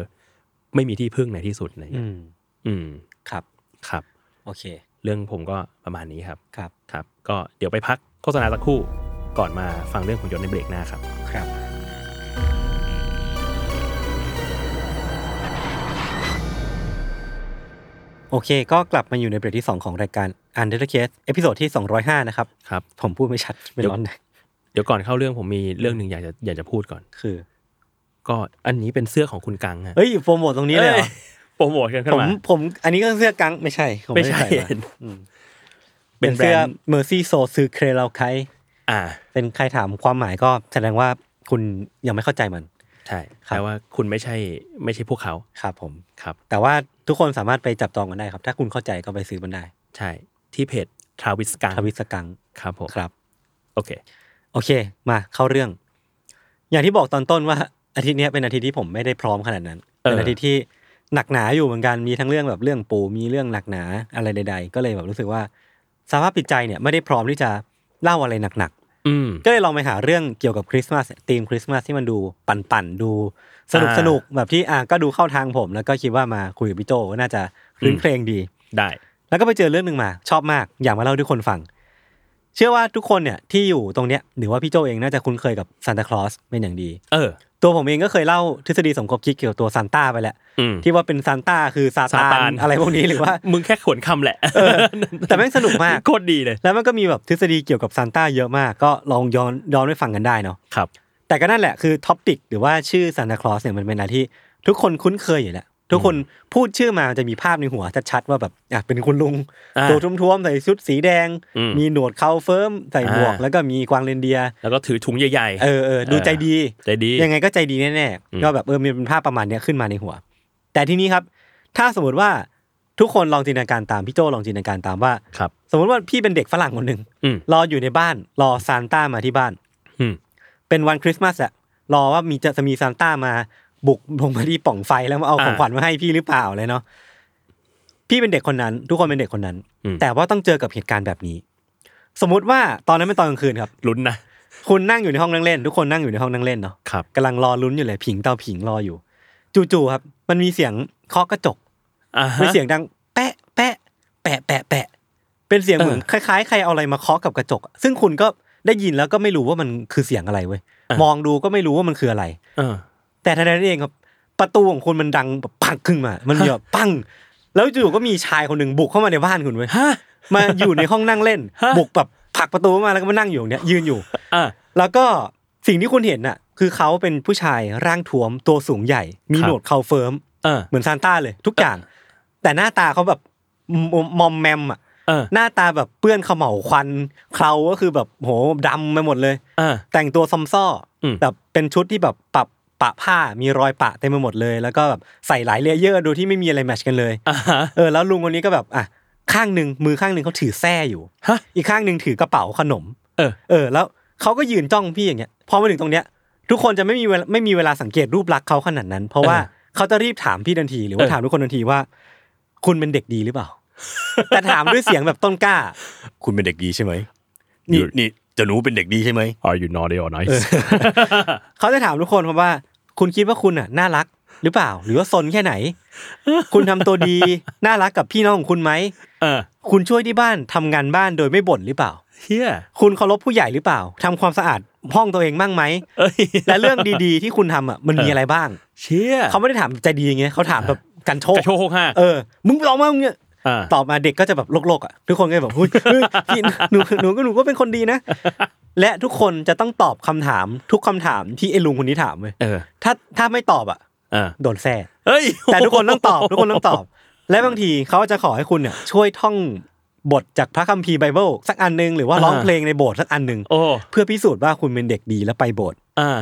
D: ไม่มีที่พึ่งในที่สุดเลย
B: อืม
D: อืม
B: ครับ
D: ครับ
B: โอเค
D: เรื่องผมก็ประมาณนี้ครับ
B: ครับ
D: ครับ ก็เดี๋ยวไปพักโฆษณาสักครู่ ก่อนมาฟังเรื่องของยศในเบรกหน้าครับ
B: ครับ โอเค ก็กลับมาอยู่ในเบรกที่ 2 ของรายการ Under the Case เอพิโซดที่ 205 นะครับ
D: ครับ
B: ผมพูดไม่ชัด ไม่ร้อนนะ
D: เดี๋ยวก่อนเข้าเรื่องผมมีเรื่องหนึ่งอยากจะอยากจะพูดก่อน
B: คือ
D: ก็อันนี้เป็นเสื้อของคุณกังฮะ
B: เอ้ยโปรโมทตรงนี้เลยเหรอ
D: (laughs) โปรโมทกันขึ้น
B: ผม
D: มา
B: ผมอันนี้ก็เสื้อกังไม่ใช่ผ
D: ไม่ใช่
B: ด้ส่าอืม
D: เป็
B: เป็น นเสื้อ
D: แบรนด์
B: Mercy So ซื้อเครลาไค
D: อ่า
B: เป็นใครถามความหมายก็แสดงว่าคุณยังไม่เข้าใจมัน
D: ใช่
B: ครับ
D: แปลว่าคุณไม่ใช่ไม่ใช่พวกเขา
B: ครับผม
D: ครับ
B: แต่ว่าทุกคนสามารถไปจับจองกันได้ครับ ถ้าคุณเข้าใจก็ไปซื้อมันได้
D: ใช่ที่เพจทราวิสกัง
B: ทวิสกัง
D: ครับผม
B: ครับ
D: โอเค
B: โอเค มาเข้าเรื่อง อย่างที่บอกตอนต้นว่า อาทิตย์เนี้ยเป็นอาทิตย์ที่ผมไม่ได้พร้อมขนาดนั้น
D: เออ
B: เป็นอาทิตย์ที่หนักหนาอยู่เหมือนกันมีทั้งเรื่องแบบเรื่องปู่มีเรื่องหนักหนาอะไรใด ๆ ก็เลยแบบรู้สึกว่าสภาพจิตใจเนี่ยไม่ได้พร้อมที่จะเล่าอะไรหนัก
D: อืม
B: ๆก็เลยลองไปหาเรื่องเกี่ยวกับคริสต์มาสธีมคริสต์มาสที่มันดูปั่นๆดูสนุก
D: อ่า
B: สนุกแบบที่อ่ะก็ดูเข้าทางผม แล้วก็คิดว่ามาคุยกับพี่โจก็น่าจะคลื้น
D: อืม
B: เครงดี
D: ได้
B: แล้วก็ไปเจอเรื่องหนึ่งมา ชอบมาก อยากมาเล่าให้ทุกคนฟัง เชื่อว่าทุกคนเนี่ยที่อยู่ตรงเนี้ยหรือว่าพี่โจเองน่าจะคุ้นเคยกับซานตาคลอสเป็นอย่างดี
D: เออ
B: ตัวผมเองก็เคยเล่าทฤษฎีสมคบคิดเกี่ยวกับตัวซานต้าไปแล้ว
D: อืม
B: ที่ว่าเป็นซานต้าคือซาตา
D: ซาตาน น
B: อะไรพวกนี้หรือ
D: (laughs)
B: ว่า
D: มึงแค่ขวนคำแหละ
B: เออแต่แม่งสนุกมาก
D: โคตรดีเลย
B: แล้วมันก็มีแบบทฤษฎีเกี่ยวกับซานต้าเยอะมาก ก็ลองย้อนย้อนไปฟังกันได้เนาะ
D: ครับ
B: แต่ก็นั่นแหละคือท็อปิกหรือว่าชื่อซานตาคลอสเนี่ยมันเป็นอะไรที่ทุกคนคุ้นเคยอยู่แล้วทุกคนพูดชื่อมามันจะมีภาพในหัวชัดๆว่าแบบอ่ะเป็นคุณลุง
D: อ่า
B: ตัวทุ่มๆใส่ชุดสีแดง
D: อืม
B: มีหนวดเขาเฟิร์มใส่หมวก
D: อ่า
B: แล้วก็มีกวางเรนเดียร์
D: แล้วก็ถือถุงใหญ่
B: เออเออดู
D: เออ
B: ใจดี
D: ๆ ใจดี
B: ยังไงก็ใจดีแน่
D: อืม
B: ๆก็แบบเออมีเป็นภาพประมาณเนี้ยขึ้นมาในหัว แต่ทีนี้ครับ ถ้าสมมติว่าทุกคนลองจินตนาการตามพี่โจลองจินตนาการตามว่า
D: ครับ
B: สมมติว่าพี่เป็นเด็กฝรั่งคนหนึ่ง
D: อืม
B: รออยู่ในบ้าน รอซานต้ามาที่บ้าน
D: อืม
B: เป็นวันคริสต์มาสอะรอว่ามีจะจะมีซานต้ามาบุกลงมาที่ปล่องไฟแล้วมาเอา
D: อ่า
B: ของขวัญมาให้พี่หรือเปล่าเลยเนาะพี่เป็นเด็กคนนั้น ทุกคนเป็นเด็กคนนั้น
D: อืม
B: แต่ว่าต้องเจอกับเหตุการณ์แบบนี้ สมมติว่าตอนนั้นเป็นตอนกลางคืนครับ
D: ลุ้นนะ
B: คุณนั่งอยู่ในห้องนั่งเล่น ทุกคนนั่งอยู่ในห้องนั่งเล่นเนาะ
D: ครับ
B: กำลังรอลุ้นอยู่เลยผิงเตาผิงรออยู่ จู่ๆครับ มันมีเสียงเคาะกระจก
D: อ่าฮะ
B: เป็นเสียงดัง แปะแปะแปะแปะแปะเป็นเสียงเหมือนคล้ายๆใครเอาอะไรมาเคาะกับกระจกอะซึ่งคุณก็ได้ยินแล้วก็ไม่รู้ว่ามันคือเสียงอะไรเว้ย
D: อ่าม
B: มองดูก็ไม่รู้ว่ามันคืออะไร
D: เออ
B: แต่ทันใดนั้นเองครับประตูของคุณมันดังแบบปังขึ้นมา มันมีแบบปัง แล้วจู่ๆก็มีชายคนหนึ่งบุกเข้ามาในบ้านคุณเว้ย
D: ฮะ
B: มาอยู่ในห้องนั่งเล่น
D: ฮะ
B: บุกแบบผลักประตูเข้ามาแล้วก็มานั่งอยู่ตรงเนี้ยยืนอยู่
D: อ่า
B: แล้วก็สิ่งที่คุณเห็นน่ะ คือเขาเป็นผู้ชายร่างท้วมตัวสูงใหญ่ มี
D: ครับ
B: หนวดเคราเฟิร์ม
D: เออ
B: เหมือนซานต้าเลย ทุกอย่าง แต่หน้าตาเขาแบบมอมมอมแมมอ่ะ
D: เออ
B: หน้าตาแบบเปื้อนเขม่าวควันเคราก็คือแบบโหดำไปหมดเลย
D: อ่า
B: แต่งตัวซอมซ้ออ
D: ม
B: แบบเป็นชุดที่แบบปะปะผ้ามีรอยปะเต็มไปหมดเลย แล้วก็แบบใส่หลายเลเยอร์โดยที่ไม่มีอะไรแมทชกันเลย
D: อ่าฮะ
B: เออแล้วลุงคนนี้ก็แบบอ่ะข้างหนึ่งมือข้างหนึ่งเขาถือแส้อยู่
D: ฮะ
B: อีกข้างหนึ่งถือกระเป๋าขนม
D: เออ
B: เออ แล้วเขาก็ยืนจ้องพี่อย่างเงี้ยพอมาถึงตรงเนี้ย ทุกคนจะไม่มีเวลาไม่มีเวลาสังเกตรูปลักษณ์เขาขนาดนั้น เพราะว่าเขาจะรีบถามพี่ทันทีหรือว่าถามทุกคนทันทีว่า คุณเป็นเด็กดีหรือเปล่า แต่ถามด้วยเสียงแบบต้นกล้า คุณเป็นเด็กดีใช่ไหมนี่นี่จะรู้เป็นเด็กดีใช่ไหม
D: Are you naughty or nice
B: เขาจะถามทุกคนครับว่าคุณคิดว่าคุณน่ะน่ารักหรือเปล่า หรือว่าซนแค่ไหน คุณทำตัวดี น่ารักกับพี่น้องของคุณไหม
D: เออ
B: คุณช่วยที่บ้านทำงานบ้านโดยไม่บ่นหรือเปล่า
D: เฮีย
B: คุณเคารพผู้ใหญ่หรือเปล่าทำความสะอาดห้องตัวเองบ้างไหม
D: เอ้ย
B: และเรื่องดีๆที่คุณทำอ่ะมันมีอะไรบ้าง
D: เชี่ย
B: เขาไม่ได้ถามใจดีอย่างเงี้ยเขาถามแบบกันโชค
D: กระโชกหกห้า
B: เออ มึงลองมามึงเนี่ย
D: อ่า
B: ตอบมาเด็กก็จะแบบโลกๆอ่ะทุกคนก็แบบเฮ้ยเฮ้ยพี่หนูหนูก็หนูก็เป็นคนดีนะ และทุกคนจะต้องตอบคำถามทุกคำถามที่ไอ้ลุงคนนี้ถามเลย
D: เออ
B: ถ้าถ้าไม่ตอบอ่ะ
D: อ่า
B: โดนแซ่
D: เฮ้ย
B: แต่ทุกคนต้องต
D: (laughs)
B: อบทุกคนต้องตอบ และบางทีเขาจะขอให้คุณเนี่ยช่วยท่องบทจากพระคัมภีร์ไบเบิลสักอันหนึ่งหรือว่าร้องเพลงในโบสถ์สักอันหนึ่ง
D: โอ้
B: เพื่อพิสูจน์ว่าคุณเป็นเด็กดีแล้วไปโบสถ์
D: อ่า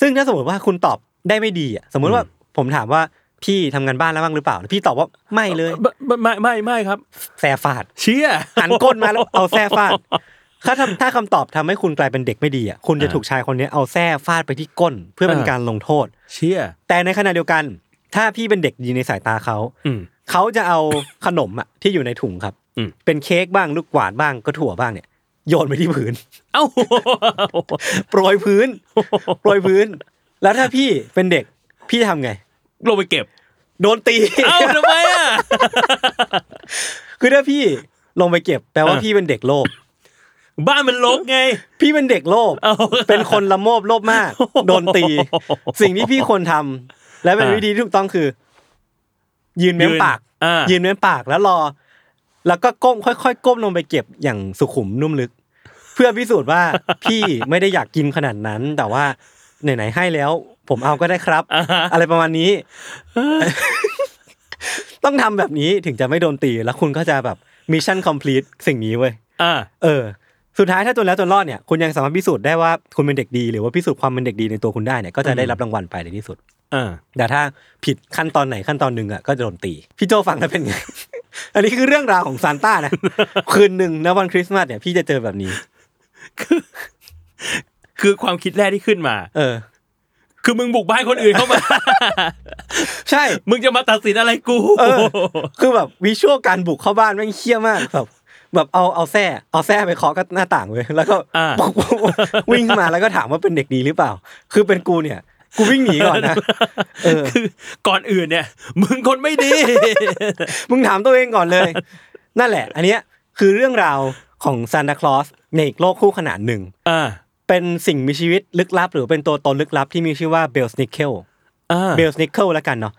B: ซึ่งถ้าสมมติว่าคุณตอบได้ไม่ดีอ่ะสมมติว่าผมถามว่าพี่ทำงานบ้านแล้วบ้างหรือเปล่า พี่ตอบว่าไม่
D: (laughs)
B: เลย
D: ไม่ไม่ไม่ไม่ครับ
B: แซ่ฟาด
D: เชี่ย
B: หันก้นมาแล้วเอาแส้ฟาด ถ้าทำถ้าคำตอบทำให้คุณกลายเป็นเด็กไม่ดีอ่ะ คุณจะ
D: อ่า
B: ถูกชายคนนี้เอาแส้ฟาดไปที่ก้น เพื่อเป็น
D: อ่า
B: การลงโทษ
D: เชี่ย
B: แต่ในขณะเดียวกัน ถ้าพี่เป็นเด็กดีในสายตาเขา
D: อืม
B: เขาจะเอา (coughs) ขนมอ่ะที่อยู่ในถุงครับ
D: อืม
B: เป็นเค้กบ้างลูกกวาดบ้างก็ถั่วบ้างเนี่ย โยนไปที่พื้น (laughs)
D: เอ้า
B: โปรย
D: (laughs)
B: พื้น โปรยพื้น แล้วถ้าพี่เป็นเด็กพี่ทำไง
D: ลงไปเก็บ
B: โดนตี
D: เอ้าทำไมอ่ะ
B: (laughs) คือถ้าพี่ลงไปเก็บแปลว่า
D: อ่า
B: พี่เป็นเด็กโลภ
D: บ้านมันลกไง
B: พี่เป็นเด็กโลภ
D: เอา
B: เป็นคนละโมบโลภมาก โดนตี สิ่งที่พี่ควรทำและเป็น
D: อ่า
B: วิธีที่ถูกต้องคือ ยืนเม้มปาก
D: อ่า
B: ยืนเม้มปากแล้วรอ แล้วก็ก้มค่อยๆก้มลงไปเก็บอย่างสุขุมนุ่มลึก เพื่อพิสูจน์ว่า พี่ไม่ได้อยากกินขนาดนั้น แต่ว่าไหนๆให้แล้ว ผมเอาก็ได้ครับ อะไรประมาณนี้ ต้องทำแบบนี้ถึงจะไม่โดนตี แล้วคุณก็จะแบบมิชชั่นคอมพลีทสิ่งนี้เว้ย
D: อ่า
B: เออ สุดท้ายถ้าจนแล้วจนรอดเนี่ย คุณยังสามารถพิสูจน์ได้ว่าคุณเป็นเด็กดี หรือว่าพิสูจน์ความเป็นเด็กดีในตัวคุณได้เนี่ย ก็จะได้รับรางวัลไปในที่สุด
D: อ่า
B: แต่ถ้าผิดขั้นตอนไหนขั้นตอนหนึ่งอ่ะก็จะโดนตี พี่โจฟังแล้วเป็นไง (laughs) อันนี้คือเรื่องราวของซานต้านะ คืนหนึ่งนะวันคริสต์มาสเนี่ยพี่จะเจอแบบนี้
D: คือความคิดแรกที่ขึ้นมา
B: เออ
D: คือมึงบุกบ้านคนอื่นเข้ามา (laughs)
B: ใช่
D: มึงจะมาตัดสินอะไรกู
B: เออ คือแบบวิชวลการบุกเข้าบ้านแม่งเคี้ยมากแบบแบบเอาเอาแส้เอาแส้ไปเคาะก็หน้าต่างเว้ยแล้วก็
D: อ่า
B: ปอกปอกปอก (laughs) วิ่งมาแล้วก็ถามว่าเป็นเด็กดีหรือเปล่า คือเป็นกูเนี่ย กูวิ่งหนีก่อนนะเออ
D: คือก่อนอื่นเนี่ย มึงคนไม่ดี
B: มึงถามตัวเองก่อนเลย นั่นแหละ อันเนี้ยคือเรื่องราวของซานตาคลอสในอีกโลกคู่ขนานหนึ่ง
D: อ่า
B: เป็นสิ่งมีชีวิตลึกลับ หรือเป็นตัวตนลึกลับที่มีชื่อว่าเบลสนิเคิล
D: อ่า
B: เบลสนิเคิลแล้วกันเนาะ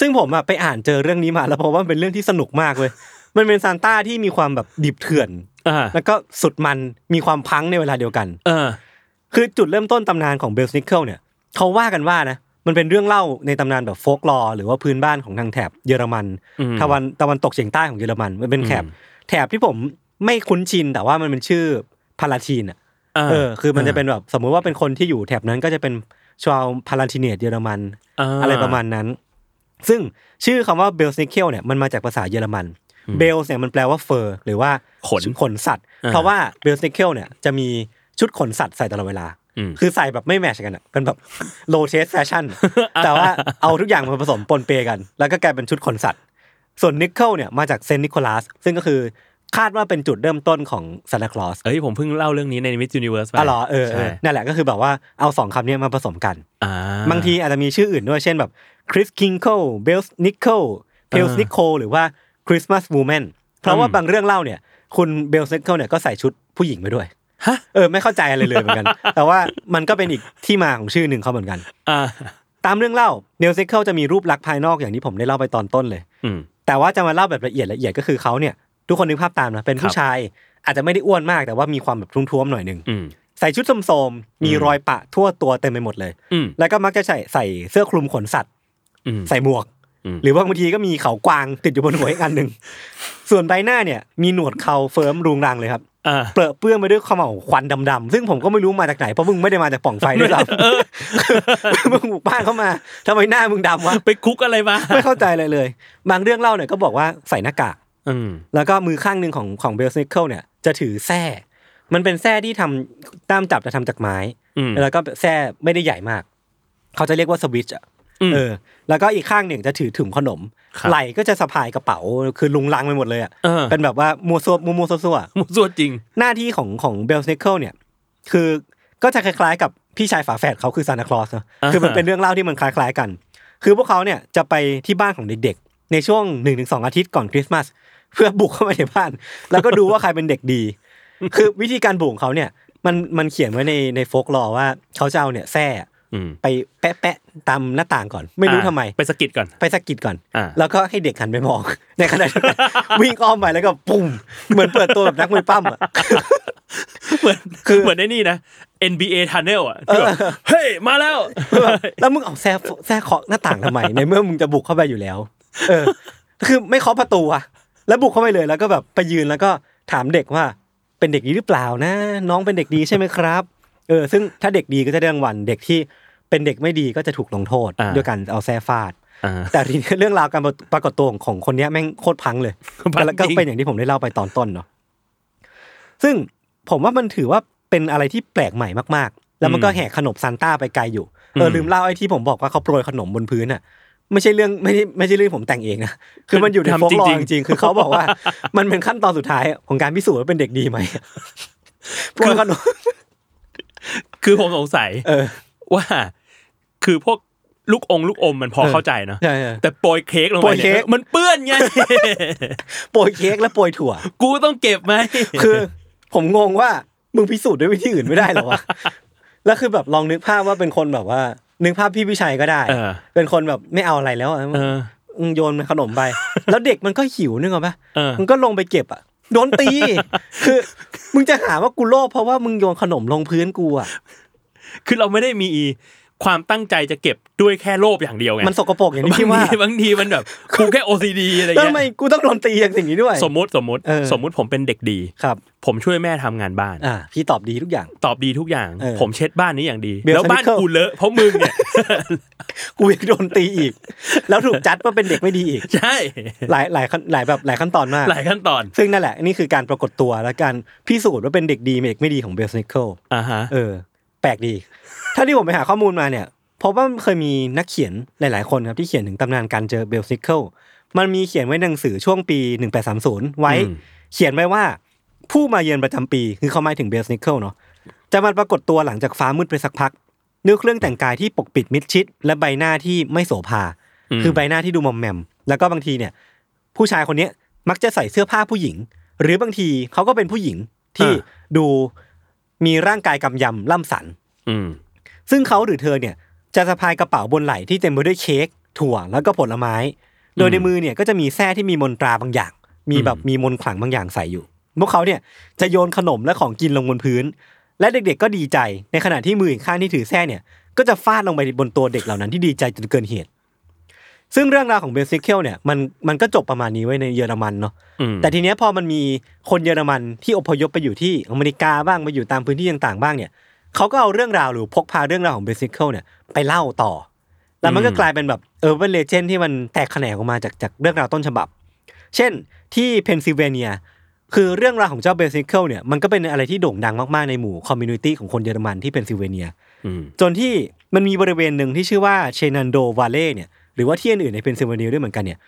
B: ซึ่งผมอะไปอ่านเจอเรื่องนี้มาแล้วเพราะว่ามันเป็นเรื่องที่สนุกมากเลย มันเป็นซานต้าที่มีความแบบดิบเถื่อน
D: อ่า
B: แล้วก็สุดมันมีความพังในเวลาเดียวกัน
D: เออ
B: คือจุดเริ่มต้นตำนานของเบลสนิเคิลเนี่ยเขาว่ากันว่านะมันเป็นเรื่องเล่าในตำนานแบบโฟกลอร์หรือว่าพื้นบ้านของทางแถบเยอรมัน
D: อืม
B: ตะวันตะวันตกเฉียงใต้ของเยอรมัน มันเป็นแถบ
D: อืม
B: แถบที่ผมไม่คุ้นชินแต่ว่ามันเป็นชื่อพาลาทีนอะ
D: อ่า
B: เออคือมันจะเป็นแบบสมมุติว่าเป็นคนที่อยู่แถบนั้นก็จะเป็นชาวพาลันทิเนียตเยอรมัน
D: า
B: อะไรประมาณนั้น ซึ่งชื่อคำว่าเบลสนิเคิลเนี่ยมันมาจากภาษาเยอรมัน
D: อืม
B: เบลเนี่ยมันแปลว่าเฟอร์หรือว่า
D: ขน
B: ขนสัตว์
D: อ่า
B: เพราะว่าเบลสนิเคิลเนี่ยจะมีชุดขนสัตว์ใส่ตลอดเวลา
D: อืม
B: คือใส่แบบไม่แมทชกันอ่ะเป็นแบบ (laughs) โลเทสแฟ
D: (laughs)
B: ชั่น แต่ว่าเอาทุกอย่างมาผสมปนเปกัน แล้วก็กลายเป็นชุดขนสัตว์ ส่วนนิเคิลเนี่ยมาจากเซนต์นิโคลัสซึ่งก็คือคาดว่าเป็นจุดเริ่มต้นของซานตาคลอส
D: เอ้ยผมเพิ่งเล่าเรื่องนี้ในมิสยูนิเวิร์สไป
B: อ๋อเหรอเออเอ
D: ใช่
B: อนั่นแหละก็คือแบบว่าเอาสองคำเนี้ยมาผสมกัน
D: อ่า
B: บางทีอาจจะมีชื่ออื่นด้วย เช่นแบบคริสคิงโคเบลส์นิโคเพลส์
D: อ่า
B: นิโคหรือว่าคริสต์มาส w ูแมนเพราะว่าบางเรื่องเล่าเนี่ย คุณเบลส์นิโคเนี่ยก็ใส่ชุดผู้หญิงไปด้วย
D: ฮะ
B: เออไม่เข้าใจอะไรเลยเหมือนกัน (laughs) แต่ว่ามันก็เป็นอีกที่มาของชื่อหนึ่งเขาเหมือนกัน
D: อ่า
B: ตามเรื่องเล่าเนลซิเคิลจะมีรูปลักษณ์ภายนอกอย่างที่ผมได้เล่าไปตอนต้นเลย
D: อืม
B: แต่ว่าจะมาเล่าแบบละเอียดละเอียดก็คือเขาเนี่ย ทุกคนนึกภาพตามนะเป็น
D: ค
B: ผู้
D: รับ
B: ชาย อาจจะไม่ได้อ้วนมากแต่ว่ามีความแบบทุ้มๆหน่อยหนึ่ง
D: อืม
B: ใส่ชุดโสมๆมี
D: อืม
B: รอยปะทั่วตัวเต็มไปหมดเลย
D: อืม
B: แล้วก็มักจะใส่ใส่เสื้อคลุมขนสัตว์
D: อืม
B: ใส่หมวก
D: อืม
B: หรือว่าบางทีก็มีเขากวางติดอยู่บนหัวอีกอัน
D: (laughs)
B: หนึ่ง ส่วนใบหน้าเนี่ยมีหนวดเขาเฟิร์มรุงรังเลยครับ
D: อ่า
B: เปรอะเปื้อนไปด้วยขมเหลาวควันดำๆ ซึ่งผมก็ไม่รู้มาจาก
D: (laughs)
B: ไหน เพราะมึง (laughs) ไม่ได้มาจากปล่องไฟด้วยหรอกมึงบุกบ้านเข้ามาทำไมหน้ามึงดำวะ (laughs)
D: ไปคุกอะไรมา
B: ไม่เข้าใจอะไรเลย บางเรื่องเล่าเนี่ยก็บอกว่าใส่หน้ากาก
D: อืม
B: แล้วก็มือข้างหนึ่งของของเบลสนิเคิลเนี่ยจะถือแส้มันเป็นแส้ที่ทำด้ามจับจะทำจากไม้
D: อืม
B: แล้วก็แส้ไม่ได้ใหญ่มาก เขาจะเรียกว่าสวิตช์อะ
D: อืม
B: เออ แล้วก็อีกข้างหนึ่งจะถือถุงขนม
D: ครับ
B: ไหล่ก็จะสะพายกระเป๋า คือลุงลังไปหมดเลยอะ
D: เออ
B: เป็นแบบว่ามัวซัวมัวมัวซัวซัว
D: มุสวดจริง
B: หน้าที่ของของเบลสนิเคิลเนี่ย คือก็จะคล้ายๆกับพี่ชายฝาแฝดเขาคือซานตาคลอสเนอะ
D: อ่าฮะ
B: คือมันเป็นเรื่องเล่าที่มันคล้ายๆกัน คือพวกเขาเนี่ยจะไปที่บ้านของเด็กๆ ในช่วงหนึ่งถึงสองอาทิตย์ก่อนคริสต์มาส เพื่อบุกเข้าไปในบ้าน (laughs) แล้วก็ดูว่าใครเป็นเด็กดี คือวิธีการบุกของเขาเนี่ย มันมันเขียนไว้ในในโฟกลอว่า เขาจะเอาเนี่ยแส้
D: อืม
B: ไปแปะแปะๆตามหน้าต่างก่อน ไม่รู้
D: อ่า
B: ทำไม
D: ไปสะกิดก่อน
B: ไปสะกิดก่อน
D: อ่า
B: แล้วก็ให้เด็กหันไปมอง (laughs) ในขณะเดียวกัน วิ่งอ้อมไปแล้วก็ปุ่ม เหมือนเปิดตัวแบบนักมวยปั้มอ่ะ (laughs)
D: เหมือน
B: คือ
D: เหมือนไอ้นี่นะ NBA Tunnel อ่ะที่แบบเฮ้ย มาแล้ว
B: (laughs) แล้วมึงเอาแซ่แซ่เคาะหน้าต่างทำไม ในเมื่อมึงจะบุกเข้าไปอยู่แล้ว เออ คือไม่เคาะประตูอ่ะ แล้วบุกเข้าไปเลยแล้วก็แบบไปยืนแล้วก็ถามเด็กว่า เป็นเด็กดีหรือเปล่านะ น้องเป็นเด็กดีใช่ไหมครับ เออ ซึ่งถ้าเด็กดีก็จะได้รางวัล เด็กที่เป็นเด็กไม่ดีก็จะถูกลงโทษ
D: อ่า
B: ด้วยการเอาแซ่ฟาด
D: อ่า
B: แต่ทีเนี้ยเรื่องราวการปรากฏตัวของคนเนี้ยแม่งโคตรพัง
D: (laughs)
B: เลย
D: พังจริง
B: แล้วก็เป็นอย่างที่ผมได้เล่าไปตอนต้นเนาะซึ่งผมว่ามันถือว่าเป็นอะไรที่แปลกใหม่มากๆ แล้วมันก็แห่ขนมซานต้าไปไกลอยู่เออลืมเล่าไอ้ที่ผมบอกว่าเขาโปรยขนมบนพื้นอ่ะ ไม่ใช่เรื่องไม่ได้ไม่ใช่เรื่องผมแต่งเองนะคือมันอยู่ใน
D: ทำ
B: โฟกลอ
D: จริ
B: ร์
D: งๆ
B: จริงๆคือเขาบอกว่า มันเป็นขั้นตอนสุดท้ายของการพิสูจน์ว่าเป็นเด็กดีไหมโปรยขนม
D: คือผมสงสัย
B: เออ
D: ว่า คือพวกลูกองลูกอมมันพอเข้าใจเนาะ
B: ใช่ใช่
D: แต่โปรยเค้กลง
B: โป
D: ไป
B: รยเค้
D: เนี่
B: ก
D: ยมันเปื้อน
B: (laughs)
D: ไง
B: โปรยเค้กและโปรยถั่ว
D: กูต้องเก็บไหม
B: (laughs) คือผมงงว่ามึงพิสูจน์ด้วยวิธีอื่นไม่ได้เหร
D: (laughs)
B: อวะ แล้วคือแบบลองนึกภาพว่าเป็นคนแบบว่า นึกภาพพี่พิชัยก็ได้
D: เออ
B: เป็นคนแบบไม่เอาอะไรแล้วอะ
D: เออ
B: มึงโยนขนม
D: (laughs)
B: ไป แล้วเด็กมันก็หิวนึกออกปะ
D: เออ
B: มันก็ลงไปเก็บอ่ะโดนตี
D: (laughs)
B: คือมึงจะหาว่ากูโลภเพราะว่ามึงโยนขนมลงพื้นกูอ่ะ
D: คือเราไม่ได้มี ความตั้งใจจะเก็บด้วยแค่โลภอย่างเดียวไง
B: มันสกปรกอย่างที่
D: บาง
B: พี่ว่า
D: ทีบางทีมัน
B: (laughs)
D: แบบกูแค่ OCD อะไร
B: แล้ว
D: เงี้
B: ทำไม
D: ย
B: กูต้องโดนตีอย่างสิ่งนี้ด้วย
D: สมมติสมมติ
B: เออ
D: สมมติผมเป็นเด็กดี
B: ครับ
D: ผมช่วยแม่ทำงานบ้าน
B: อ่าพี่ตอบดีทุกอย่าง
D: ตอบดีทุกอย่าง
B: เออ
D: ผมเช็ดบ้านนี้อย่างดี
B: Bill
D: แล้วบ้าน
B: Sanical
D: กูเลอะเพราะมึงเนี่ย (laughs)
B: กูยังโดนตีอีก แล้วถูกจัดว่าเป็นเด็กไม่ดีอีก
D: ใช่
B: (laughs) หลายหลายขั้นหลายแบบหลายขั้นตอนมาก
D: หลายขั้นตอน
B: ซึ่งนั่นแหละนี่คือการปรากฏตัวและการพิสูจน์ว่าเป็นเด็กดีเด็กไม่ดีของเบลสนิเคิล
D: อ่าฮะ
B: เออ แปลกดี ถ้าที่ผมไปหาข้อมูลมาเนี่ยพบว่าเคยมีนักเขียนหลาย ๆ คนครับที่เขียนถึงตำนานการเจอเบลสนิเคิลมันมีเขียนไว้ในหนังสือช่วงปี 1830 ไว้
D: อืม
B: เขียนไว้ว่าผู้มาเยือนประจำปีคือเขาหมายถึงเบลสนิเคิลเนาะจะมาปรากฏตัวหลังจากฟ้ามืดไปสักพักด้วยเครื่องแต่งกายที่ปกปิดมิดชิด และใบหน้าที่ไม่โสภา
D: ม
B: คือใบหน้าที่ดูมอมแมม แล้วก็บางทีเนี่ย ผู้ชายคนเนี้ยมักจะใส่เสื้อผ้าผู้หญิง หรือบางทีเขาก็เป็นผู้หญิงที่ดูมีร่างกายกำยำล่ำสัน
D: อืม
B: ซึ่งเขาหรือเธอเนี่ยจะสะพายกระเป๋าบนไหล่ที่เต็มไปด้วยเค้กถั่วแล้วก็ผลไม้ โดยในมือเนี่ยก็จะมีแส้ที่มีมนตราบางอย่าง มีแบบมีมนต์ขลังบางอย่างใส่อยู่ พวกเขาเนี่ยจะโยนขนมและของกินลงบนพื้น และเด็กๆก็ดีใจ ในขณะที่มืออีกข้างที่ถือแส้เนี่ย ก็จะฟาดลงไปบนตัวเด็กเหล่านั้นที่ดีใจจนเกินเหตุ ซึ่งเรื่องราวของเบลซิเคิลเนี่ยมันมันก็จบประมาณนี้ไว้ในเยอรมันเนาะ
D: อืม
B: แต่ทีเนี้ยพอมันมีคนเยอรมันที่อพยพไปอยู่ที่อเมริกาบ้างไปอยู่ตามพื้นที่ต่างๆบ้างเนี่ยเขาก็เอาเรื่องราวหรือพกพาเรื่องราวของเบสิเคิลเนี่ยไปเล่าต่อ แล้วมันก็กลายเป็นแบบเออเป็นเลเจนที่มันแตกแขนงออกมาจากจากเรื่องราวต้นฉบับ เช่นที่เพนซิลเวเนีย คือเรื่องราวของเจ้าเบสิเคิลเนี่ยมันก็เป็นอะไรที่โด่งดังมากๆในหมู่คอมมูนิตี้ของคนเยอรมันที่เพนซิลเวเนีย
D: อืม
B: จนที่มันมีบริเวณหนึ่งที่ชื่อว่าเชนันโดวาเล่เนี่ยหรือว่าที่อื่นๆในเพนซิลเวเนียด้วยเหมือนกันเนี่ย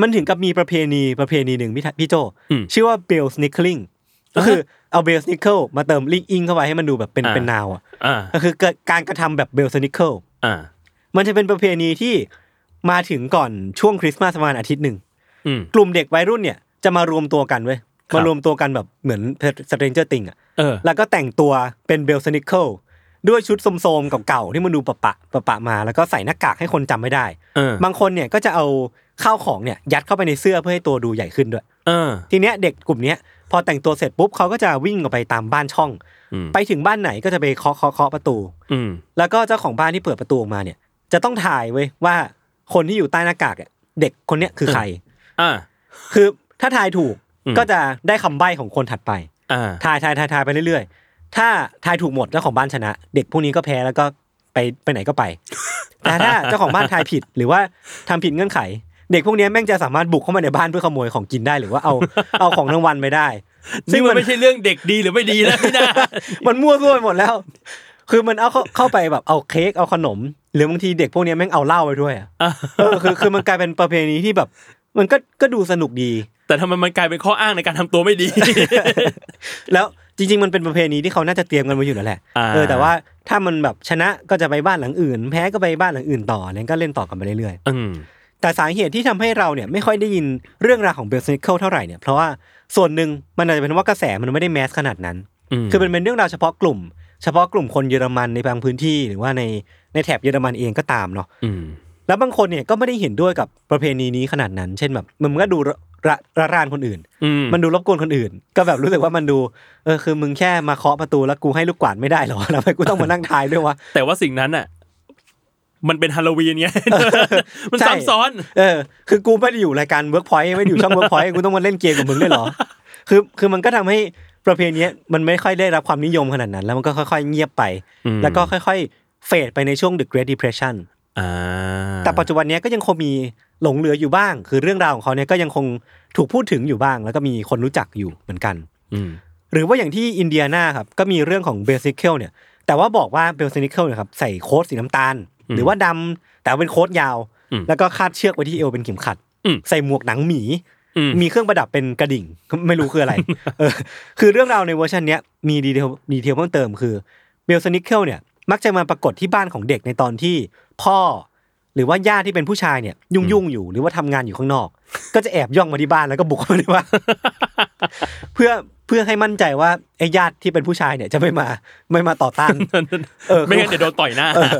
B: มันถึงกับมีประเพณีประเพณีหนึ่งพี่ทะพี่โจ
D: อืม
B: ชื่อว่าเบลสนิ c คลิงก็คือเอาเบลสนิ c เคิลมาเติมลิงอิงเข้าไปให้มันดูแบบเป็น
D: อ่า
B: เป็นนาวอ่ะ
D: อ่า
B: ก็คือเกิดการกระทำแบบเบลสนิ c เคิล
D: อ่า
B: มันจะเป็นประเพณีที่มาถึงก่อนช่วงคริสต์มาสประมาณอาทิตย์หนึ่ง
D: อืม
B: กลุ่มเด็กวัยรุ่นเนี่ยจะมารวมตัวกันเว้ย
D: ครับ
B: มารวมตัวกันแบบเหมือนสเตรนเจอร์ติงอ่ะ
D: เออ
B: แล้วก็แต่งตัวเป็นเบลสนิ c เคิลด้วยชุดโสมๆเก่าๆที่มันดูปะปะปะปะมาแล้วก็ใส่หน้ากากให้คนจำไม่ได้
D: เออบ
B: างคนเนี่ยก็จะเอาข้าวของเนี่ยยัดเข้าไปในเสื้อเพื่อให้ตัวดูใหญ่ขึ้นด้วย
D: เออ
B: ทีเนี้ยเด็กกลุ่มเนี้ยพอแต่งตัวเสร็จปุ๊บเขาก็จะวิ่งออกไปตามบ้านช่อง
D: อืม
B: ไปถึงบ้านไหนก็จะไปเคาะเคาะเคาะประตู
D: อืม
B: แล้วก็เจ้าของบ้านที่เปิดประตูออกมาเนี่ยจะต้องถ่ายเว้ยว่าคนที่อยู่ใต้หน้ากากอะเด็กคนเนี้ยคือใคร
D: อ่า
B: คือถ้าทายถูก
D: อืม
B: ก็จะได้คำใบ้ของคนถัดไป
D: อ่า
B: ทายทายทายทายไปเรื่อยๆ ถ้าทายถูกหมดเจ้าของบ้านชนะ เด็กพวกนี้ก็แพ้แล้วก็ไปไปไหนก็
D: (laughs)
B: ไป แต่ถ้าเจ้าของบ้านทายผิดหรือว่าทำผิดเงื่อนไข เด็กพวกเนี้ยแม่งจะสามารถบุกเข้ามาในบ้านเพื่อขโมยของกินได้หรือว่าเอา
D: (laughs)
B: เอาของรางวัลไปได้
D: ซึ่งมันไม่ใช่เรื่องเด็กดีหรือไม่ดีแล้ว (laughs) พี่นา
B: มันมั่วซั่วไปหมดแล้ว คือมันเอาเข้าเข้าไปแบบเอาเค้กเอาขนม หรือบางทีเด็กพวกเนี้ยแม่งเอาเหล้าไปด้วยอะ
D: อ่ะ
B: เออคือคือมันกลายเป็นประเพณีที่แบบ มันก็ก็ดูสนุกดี
D: แต่ทำไมมันกลายเป็นข้ออ้างในการทำตัวไม่
B: (laughs)
D: ดี
B: แล้วจริง ๆ มันเป็นประเพณีที่เขาน่าจะเตรียมกันไว้อยู่แล้วแหละ
D: อ่า
B: เออแต่ว่าถ้ามันแบบชนะก็จะไปบ้านหลังอื่น แพ้ก็ไปบ้านหลังอื่นต่อแล้วก็เล่นต่อกันไปเรื่อย
D: อืม
B: ๆ แต่สาเหตุที่ทำให้เราเนี่ยไม่ค่อยได้ยินเรื่องราวของเบลสนิเคิลเท่าไหร่เนี่ยเพราะว่าส่วนหนึ่งมันอาจจะเป็นว่ากระแสมันไม่ได้แมสขนาดนั้น
D: ม
B: คือมันเป็นเรื่องราวเฉพาะกลุ่ม เฉพาะกลุ่มคนเยอรมันในบางพื้นที่หรือว่าในในแถบเยอรมันเองก็ตามเนาะ
D: อืม
B: แล้วบางคนเนี่ยก็ไม่ได้เห็นด้วยกับประเพณีนี้ขนาดนั้น เช่นแบบมันก็ดูระระระรานคนอื่น
D: อืม
B: มันดูรบกวนคนอื่น ก็แบบรู้สึกว่ามันดูเออคือมึงแค่มาเคาะประตูแล้วกูให้ลูกกวาดไม่ได้เหรอ (laughs) ทำไมกูต้องมานั่งทายด้วยวะ
D: แต่ว่าสิ่งนั้นอ่ะ มันเป็นฮาโลวีนไง (laughs) มัน
B: ใช่
D: ซ้ำซ้อน
B: เออคือกูไม่ได้อยู่รายการเวิร์กพอยต์ไม่ได้อยู่ช่องเวิร์กพอยต์กูต้องมาเล่นเกมกับมึงด้วยเหรอ คือคือมันก็ทำให้ประเพณีเนี้ยมันไม่ค่อยได้รับความนิยมขนาดนั้น แล้วมันก็ค่อยๆ เงียบไป
D: อืม
B: แล้วก็ค่อยๆ เฟดไปในช่วง The Great Depression
D: อ่า
B: แต่ปัจจุบันเนี้ยก็ยังคงมีหลงเหลืออยู่บ้าง คือเรื่องราวของเขาเนี่ยก็ยังคงถูกพูดถึงอยู่บ้าง แล้วก็มีคนรู้จักอยู่เหมือนกัน
D: อืม
B: หรือว่าอย่างที่อินเดียนาครับก็มีเรื่องของเบลซิเคิลเนี่ยแต่ว่าบอกว่าเบลซิเคิลเนี่ยครับใส่โค้ทสีน้ำตาล หรือว่าดำแต่ว่าเป็นโค้ทยาว แล้วก็คาดเชือกไว้ที่เอวเป็นเข็มขัด ใส่หมวกหนังหมี
D: อืม
B: มีเครื่องประดับเป็นกระดิ่ง (laughs) ไม่รู้คืออะไร เออคือเรื่องราวในเวอร์ชันเนี้ยมีดีเทลดีเทลเพิ่มเติมคือเบลสนิเคิลเนี่ยมักจะมาปรากฏที่บ้านของเด็กในตอนที่พ่อ หรือว่าญาติที่เป็นผู้ชายเนี่ยยุ่งยุ่งๆอยู่หรือว่าทำงานอยู่ข้างนอก ก็จะแอบย่องมาที่บ้านแล้วก็บุกเข้ามาในบ้าน (laughs) เพื่อเพื่อให้มั่นใจว่าไอ้ญาติที่เป็นผู้ชายเนี่ยจะไม่มาไม่มาต่อ
D: (laughs)
B: ต้าน เออคือ
D: ไม่งั้นเดี๋ยวโดนต่อยหน้า
B: เออ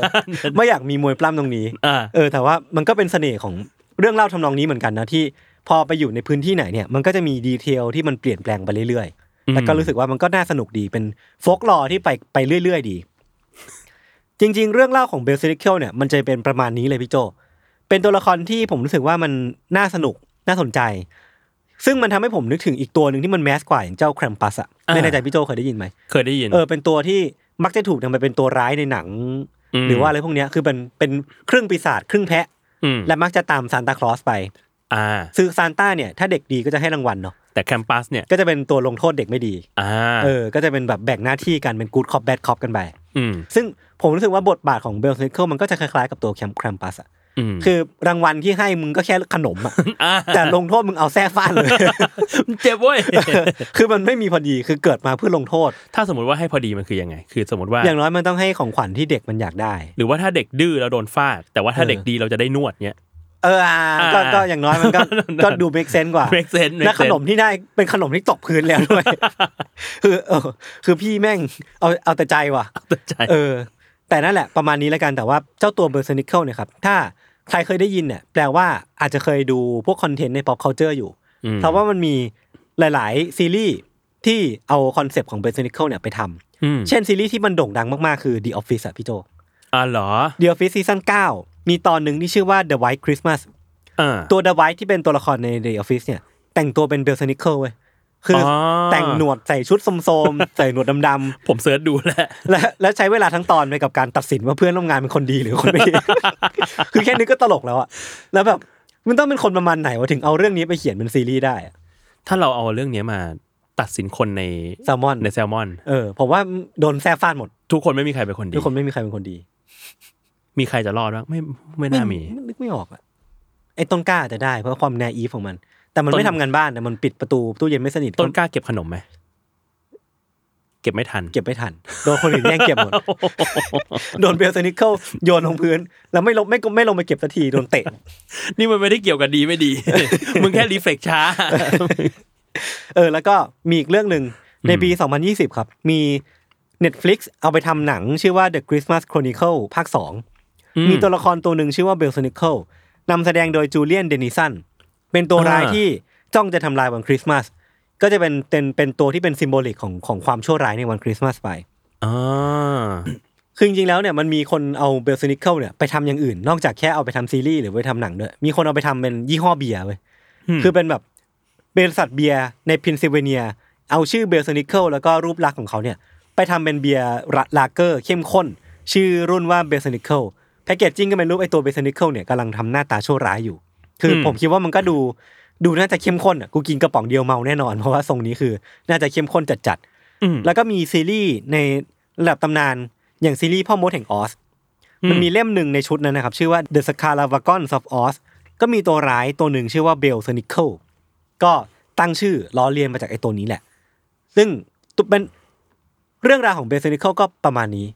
B: ไม่อยากมีมวยปล้ำตรงนี้
D: อ่า
B: เออแต่ว่ามันก็เป็นเสน่ห์ของเรื่องเล่าทำนองนี้เหมือนกันนะที่พอไปอยู่ในพื้นที่ไหนเนี่ยมันก็จะมีดีเทลที่มันเปลี่ยนแปลงไปเรื่อย
D: อืม
B: ๆแล้วก็รู้สึกว่ามันก็น่าสนุกดีเป็นโฟกลอที่ไปไปเรื่อย ๆ ดี จริง ๆ เรื่องเล่าของเบลซิลิเคิลเนี่ยมันจะเป็นประมาณนี้เลยพี่โจ เป็นตัวละครที่ผมรู้สึกว่ามันน่าสนุกน่าสนใจ ซึ่งมันทำให้ผมนึกถึงอีกตัวหนึ่งที่มันแมสกว่าอย่างเจ้าแครมปัสอะ
D: อ่า
B: ไม่แน่ใจพี่โจเคยได้ยินไหม
D: เคยได้ยิน
B: เออเป็นตัวที่มักจะถูกนำไปเป็นตัวร้ายในหนัง
D: ม
B: หรือว่าอะไรพวกเนี้ยคือเป็นเป็นครึ่งปีศาจครึ่งแพะ
D: อืม
B: และมักจะตามซานตาคลอสไป
D: อ่า
B: ซึ่งซานต้าเนี่ยถ้าเด็กดีก็จะให้รางวัลเนาะ
D: แต่แคมปัสเนี่ย
B: ก็จะเป็นตัวลงโทษเด็กไม่ดี
D: อ่า
B: เออ ก็จะเป็นแบบแบ่งหน้าที่กันเป็นกู๊ดคอปแบดคอปกันไป
D: อืม
B: ซึ่งผมรู้สึกว่าบทบาทของเบลซิเคิลมันก็จะคล้ายๆกับตัวแคมแครมปัสอะ
D: อืม
B: คือรางวัลที่ให้มึงก็แค่ขนม
D: (laughs)
B: อะ
D: อ่า
B: แต่ลงโทษมึงเอาแซ่ฟาดเลย
D: (laughs) เจ็บเว้ย (laughs)
B: คือมันไม่มีพอดีคือเกิดมาเพื่อลงโทษ
D: ถ้าสมมติว่าให้พอดีมันคือยังไง คือสมมติว่า
B: อย่างน้อยมันต้องให้ของขวัญที่เด็กมันอยากได้
D: หรือว่าถ้าเด็กดื้อเราโดนฟาด แต่ว่าถ้า
B: เออ
D: เด็กดีเราจะได้นวดเนี้ย
B: เอออ่ะก็
D: อ่า
B: ก็อย่างน้อยมันก็
D: นั่น
B: ก็ดูเมกเซนกว่า
D: (laughs) make sense make
B: และขนม
D: sense
B: ที่ได้เป็นขนมที่ตกพื้นแล้วด้วย (laughs) คือเออคือพี่แม่งเอาเอาแต่ใจว่ะ
D: เข้าใจ
B: เออ แต่นั่นแหละประมาณนี้แล้วกันแต่ว่าเจ้าตัวเบอร์เซนิเคิลเนี่ยครับ ถ้าใครเคยได้ยินเนี่ยแปลว่าอาจจะเคยดูพวกคอนเทนต์ใน pop culture อยู่
D: ม
B: เพราะว่ามันมีหลาย ๆ ซีรีส์ที่เอาคอนเซปต์ของเบอร์เซนิเคิลเนี่ยไปทำ
D: อืม
B: เช่นซีรีส์ที่มันโด่งดังมาก ๆ คือ The Office อะพี่โจ
D: อ่าเหรอ
B: The Office ซีซั่น9มีตอนหนึ่งที่ชื่อว่า The White Christmas
D: อ่า
B: ตัว The White ที่เป็นตัวละครใน The Office เนี่ย แต่งตัวเป็นเบลเซนิเคิลเว้ยคืออ
D: อ
B: แต่งหนวดใส่ชุดโสมๆ (laughs) ใส่หนวดดำๆ
D: ผมเสิร์ชดูแล้ว
B: และและใช้เวลาทั้งตอนไปกับการตัดสินว่าเพื่อนร่วมงานเป็นคนดีหรือคนไม่ดี (laughs) คือแค่นี้ก็ตลกแล้วอะแล้วแบบมันต้องเป็นคนประมาณไหนวะถึงเอาเรื่องนี้ไปเขียนเป็นซีรีส์ได้อะ
D: ถ้าเราเอาเรื่องเนี้ยมาตัดสินคนใน
B: แซลมอน
D: ในแซลมอน
B: เออผมว่าโดนแซ่ฟาดหมด
D: ทุกคนไม่มีใครเป็นคนดี
B: ทุกคนไม่มีใครเป็นคนดี
D: มีใครจะรอดบ้างไม่ไม่น่ามี
B: นึกไม่ออกอะไอ้ต้นกล้าอาจจะได้เพราะความแนอีฟของมัน แต่มัน
D: ต้น
B: ไม่ทำงานบ้านนะมันปิดประตูตู้เย็นไม่สนิท
D: ต้นกล้าเก็บขนมไหมเก็บไม่ทัน
B: เก็บไม่ทันโดนคนอื่นแย่งเก็บหมด (laughs) โดนเบลสนิเคิลโยนลงพื้น แล้วไม่ลงไม่ไม่ลงไปเก็บสักทีโดนเตะ
D: นี่มันไม่ได้เกี่ยวกับดีไม่ดี (laughs) มึงแค่รีเฟกช้า
B: เออแล้วก็มีอีกเรื่องหนึ่งในปี 2020 ครับ มี Netflix เอาไปทำหนังชื่อว่า The Christmas Chronicle ภาค
D: อื
B: 2 มีตัวละครตัวหนึ่งชื่อว่าเบล s นิเคิลนำแสดงโดยจูเลียนเดนิสันเป็นตัวร้าย
D: อ่า
B: ที่จ้องจะทำลายวันคริสต์มาสก็จะเป็นเป็นเป็นตัวที่เป็นซิมโบลิกของของความชั่วร้ายในวันคริสต์มาสไป
D: อ่า
B: คือจริงๆแล้วเนี่ยมันมีคนเอาเบล s นิเคิลเนี่ยไปทำอย่างอื่น นอกจากแค่เอาไปทำซีรีส์หรือไปทำหนังด้วยมีคนเอาไปทำเป็นยี่ห้อเบียร์เว้ย คือเป็นแบบบริษัทเบียร์ในพินซิลเวเนีย เอาชื่อเบลสนิเคิลแล้วก็รูปลักษณ์ของเขาเนี่ย ไปทำเป็นเบียร์รัดลาเกอร์เข้มข้น ชื่อรุ่นว่าเบลสนิเคิลแพคเกจจิ้งก็เป็นรูปไอตัวเบลสนิเคิลเนี่ยกำลังทำหน้าตาชั่วร้ายอยู่ คือผมคิดว่ามันก็ดูดูน่าจะเข้มข้นอ่ะกูกินกระป๋องเดียวเมาแน่นอน เพราะว่าทรงนี้คือน่าจะเข้มข้นจัด
D: อืม
B: ๆแล้วก็มีซีรีส์ในระดับตำนานอย่างซีรีส์พ่อมดแห่งออส มันมีเล่มหนึ่งในชุดนั้นนะครับ ชื่อว่า The Scaravagons of Oz ก็มีตัวร้ายตัวหนึ่งชื่อว่าเบลสนิเคิลก็ตั้งชื่อล้อเลียนมาจากไอ้ตัวนี้แหละ ซึ่งตุเป็นเรื่องราวของเบลสนิเคิลก็ประมาณนี้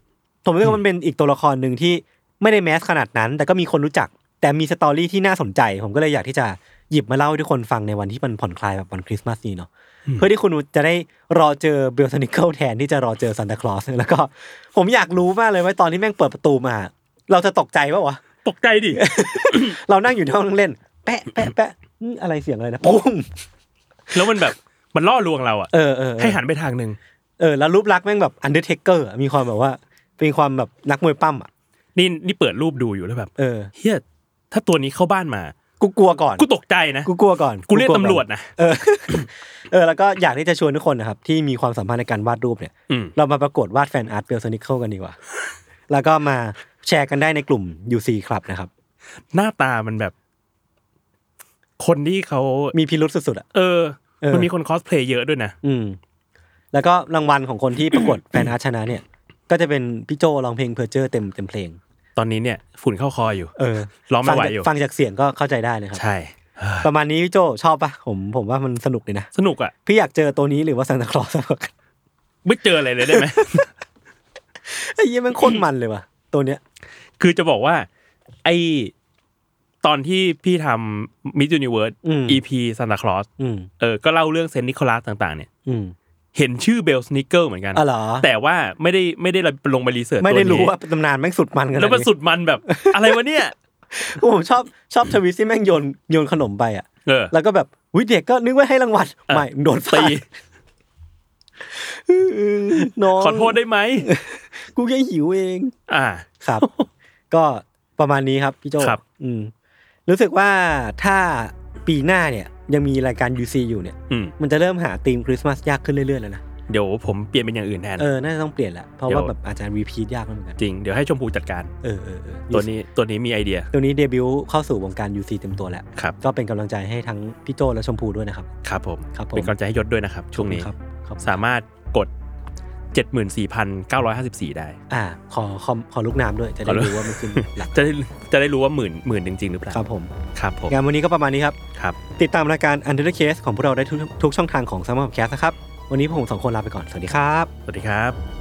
B: ผมรู้สึกว่ามันเป็นอีกตัวละครหนึ่งที่ไม่ได้แมสขนาดนั้น แต่ก็มีคนรู้จัก แต่มีสตอรี่ที่น่าสนใจ ผมก็เลยอยากที่จะหยิบมาเล่าให้ทุกคนฟังในวันที่มันผ่อนคลายแบบวันคริสต์มาสนี้เนาะเพื่อที่คุณจะได้รอเจอเบลสนิเคิลแทนที่จะรอเจอซานตาคลอส (laughs) แล้วก็ ผมอยากรู้มากเลยว่าตอนที่แม่งเปิดประตูมา เราจะตกใจปะวะ
D: ตกใจ
B: (laughs)
D: ดิ
B: เรานั่งอยู่ในห้องนั่งเล่น แปะแปะแปะอืมอะไรเสียงอะไร
D: (laughs)
B: นะปุ้ง
D: แล้วมันแบบมันล่อลวงเราอะ
B: เออเออเอ
D: ให้
B: อ
D: หันไปทางหนึ่ง
B: เออแล้วรูปลักษณ์แม่งแบบอันเดอร์เทเกอร์มีความแบบว่าเป็นความแบบนักมวยปั้มอ่ะ
D: นี่นี่เปิดรูปดูอยู่แล้วแบบ
B: เออ
D: เฮียถ้าตัวนี้เข้าบ้านมา
B: กูกลัวก่อน
D: กูตกใจนะ
B: กูกลัวก่อน
D: กูเรียก
B: ลั
D: ตำรวจนะ
B: เอ (coughs) อ เออ แล้วก็อยากที่จะชวนทุกคนนะครับ ที่มีความสัมพันธ์ในการวาดรูปเนี่ย
D: อืม
B: เรามาประกวดวาดแฟนอาร์ตเบลสนิเคิลกันดีกว่า แล้วก็มาแชร์กันได้ในกลุ่ม UC ครับนะครับ
D: หน้าตามันแบบ คนที่เขาม
B: มีพิรุษสุดๆอ่ะ
D: เออ
B: เออ
D: มันมีคนคอสเพลย์เยอะด้วยนะ
B: อืม แล้วก็รางวัลของคนที่ประกวด แฟนอาร์ตชนะเนี่ย ก็จะเป็นพี่โจร้องเพลงเพอร์เจอร์เต็มเต็มเพลง
D: ตอนนี้เนี่ย ฝุ่นเข้าคออยู่
B: เออ
D: ร้องไม่ไหว
B: ฟัจาก
D: อยู่
B: ฟังจากเสียงก็เข้าใจได้นะครับ
D: ใช่เออ
B: ประมาณนี้พี่โจชอบปะผมผมว่ามันสนุกดีนะ
D: สนุกอ่ะ
B: พี่อยากเจอตัวนี้หรือว่าซานตาคลอสมากกว่ากัน (laughs)
D: ไม่เจออะไรเลยได้ไหม
B: ไอ้เหี้ยแมันโคตรมันเลยว่ะตัวเนี้ย
D: (laughs) คือจะบอกว่า ไอตอนที่พี่ทำมิจูนิเวิร์ส
B: อืม
D: อีพีซานตาคลอส
B: อืม
D: เออ ก็เล่าเรื่องเซนต์นิโคลัสต่างๆ เนี่ย
B: อืม
D: เห็นชื่อเบลสนิเกอร์เหมือนกัน
B: อ๋อเหรอ
D: แต่ว่าไม่ได้ไม่ได้ลงไปรีเสิร์ช
B: ไม่ได้
D: ตัวนี้
B: รู้ว่าตำนานแม่งสุดมันกัน
D: แล้วมันสุดมันแบบ (laughs) อะไรวะเนี่ย
B: ผมชอบชอบทวิสที่แม่งโยนโยนขนมไปอ่ะ
D: เออ
B: แล้วก็แบบวิเด็กก็นึกว่าให้รางวัล
D: อ่ะ
B: ไม่โดนฟา
D: ตี
B: ดน้อง (laughs)
D: ขอโทษได้ไหม
B: กูแค่หิวเอง
D: อ่า
B: ครับ ก็ประมาณนี้ครับพี่โจ
D: ครับ
B: อืมรู้สึกว่าถ้าปีหน้าเนี่ยยังมีรายการ UC อยู่เนี่ย
D: อืม
B: มันจะเริ่มหาธีมคริสต์มาสยากขึ้นเรื่อยๆแล้วนะ
D: เดี๋ยวผมเปลี่ยนเป็นอย่างอื่นแทน
B: เออ น่าจะต้องเปลี่ยนละเพราะ
D: เดี๋ยว
B: ว่าแบบอาจจะรีพีทยากแล้วเหมือนกัน
D: จริงเดี๋ยวให้ชมพูจัดการ
B: เออเออเออ
D: ตัวนี้ตัวนี้มีไอเดีย
B: ตัวนี้เดบิวต์เข้าสู่วงการ UC เต็มตัวแล้ว
D: ครับ
B: ก็เป็นกำลังใจให้ทั้งพี่โจและชมพูด้วยนะครับ
D: ครับผม
B: ครับผม
D: เป็นกำลังใจให้ยศด้วยนะครับ ช่วงนี้
B: ครับครับ
D: สามารถกด 74,954 ได้
B: อ่า ขอขอขอลูกน้ำด้วย จะได้
D: ขอลูก
B: รู้ว่ามันขึ้นหลัก
D: จะได้จะได้รู้ว่าหมื่นหมื่นจริงๆหรือเปล่า
B: ครับผม
D: ครับผม
B: งานวันนี้ก็ประมาณนี้ครับ
D: ครับ
B: ติดตามรายการ Under the Case ของพวกเราได้ทุกทุกช่องทางของ s ัมมอ p แคสนะครับ วันนี้พวกผมสองคนลาไปก่อน สวัสดีครับ
D: สวัสดีครับ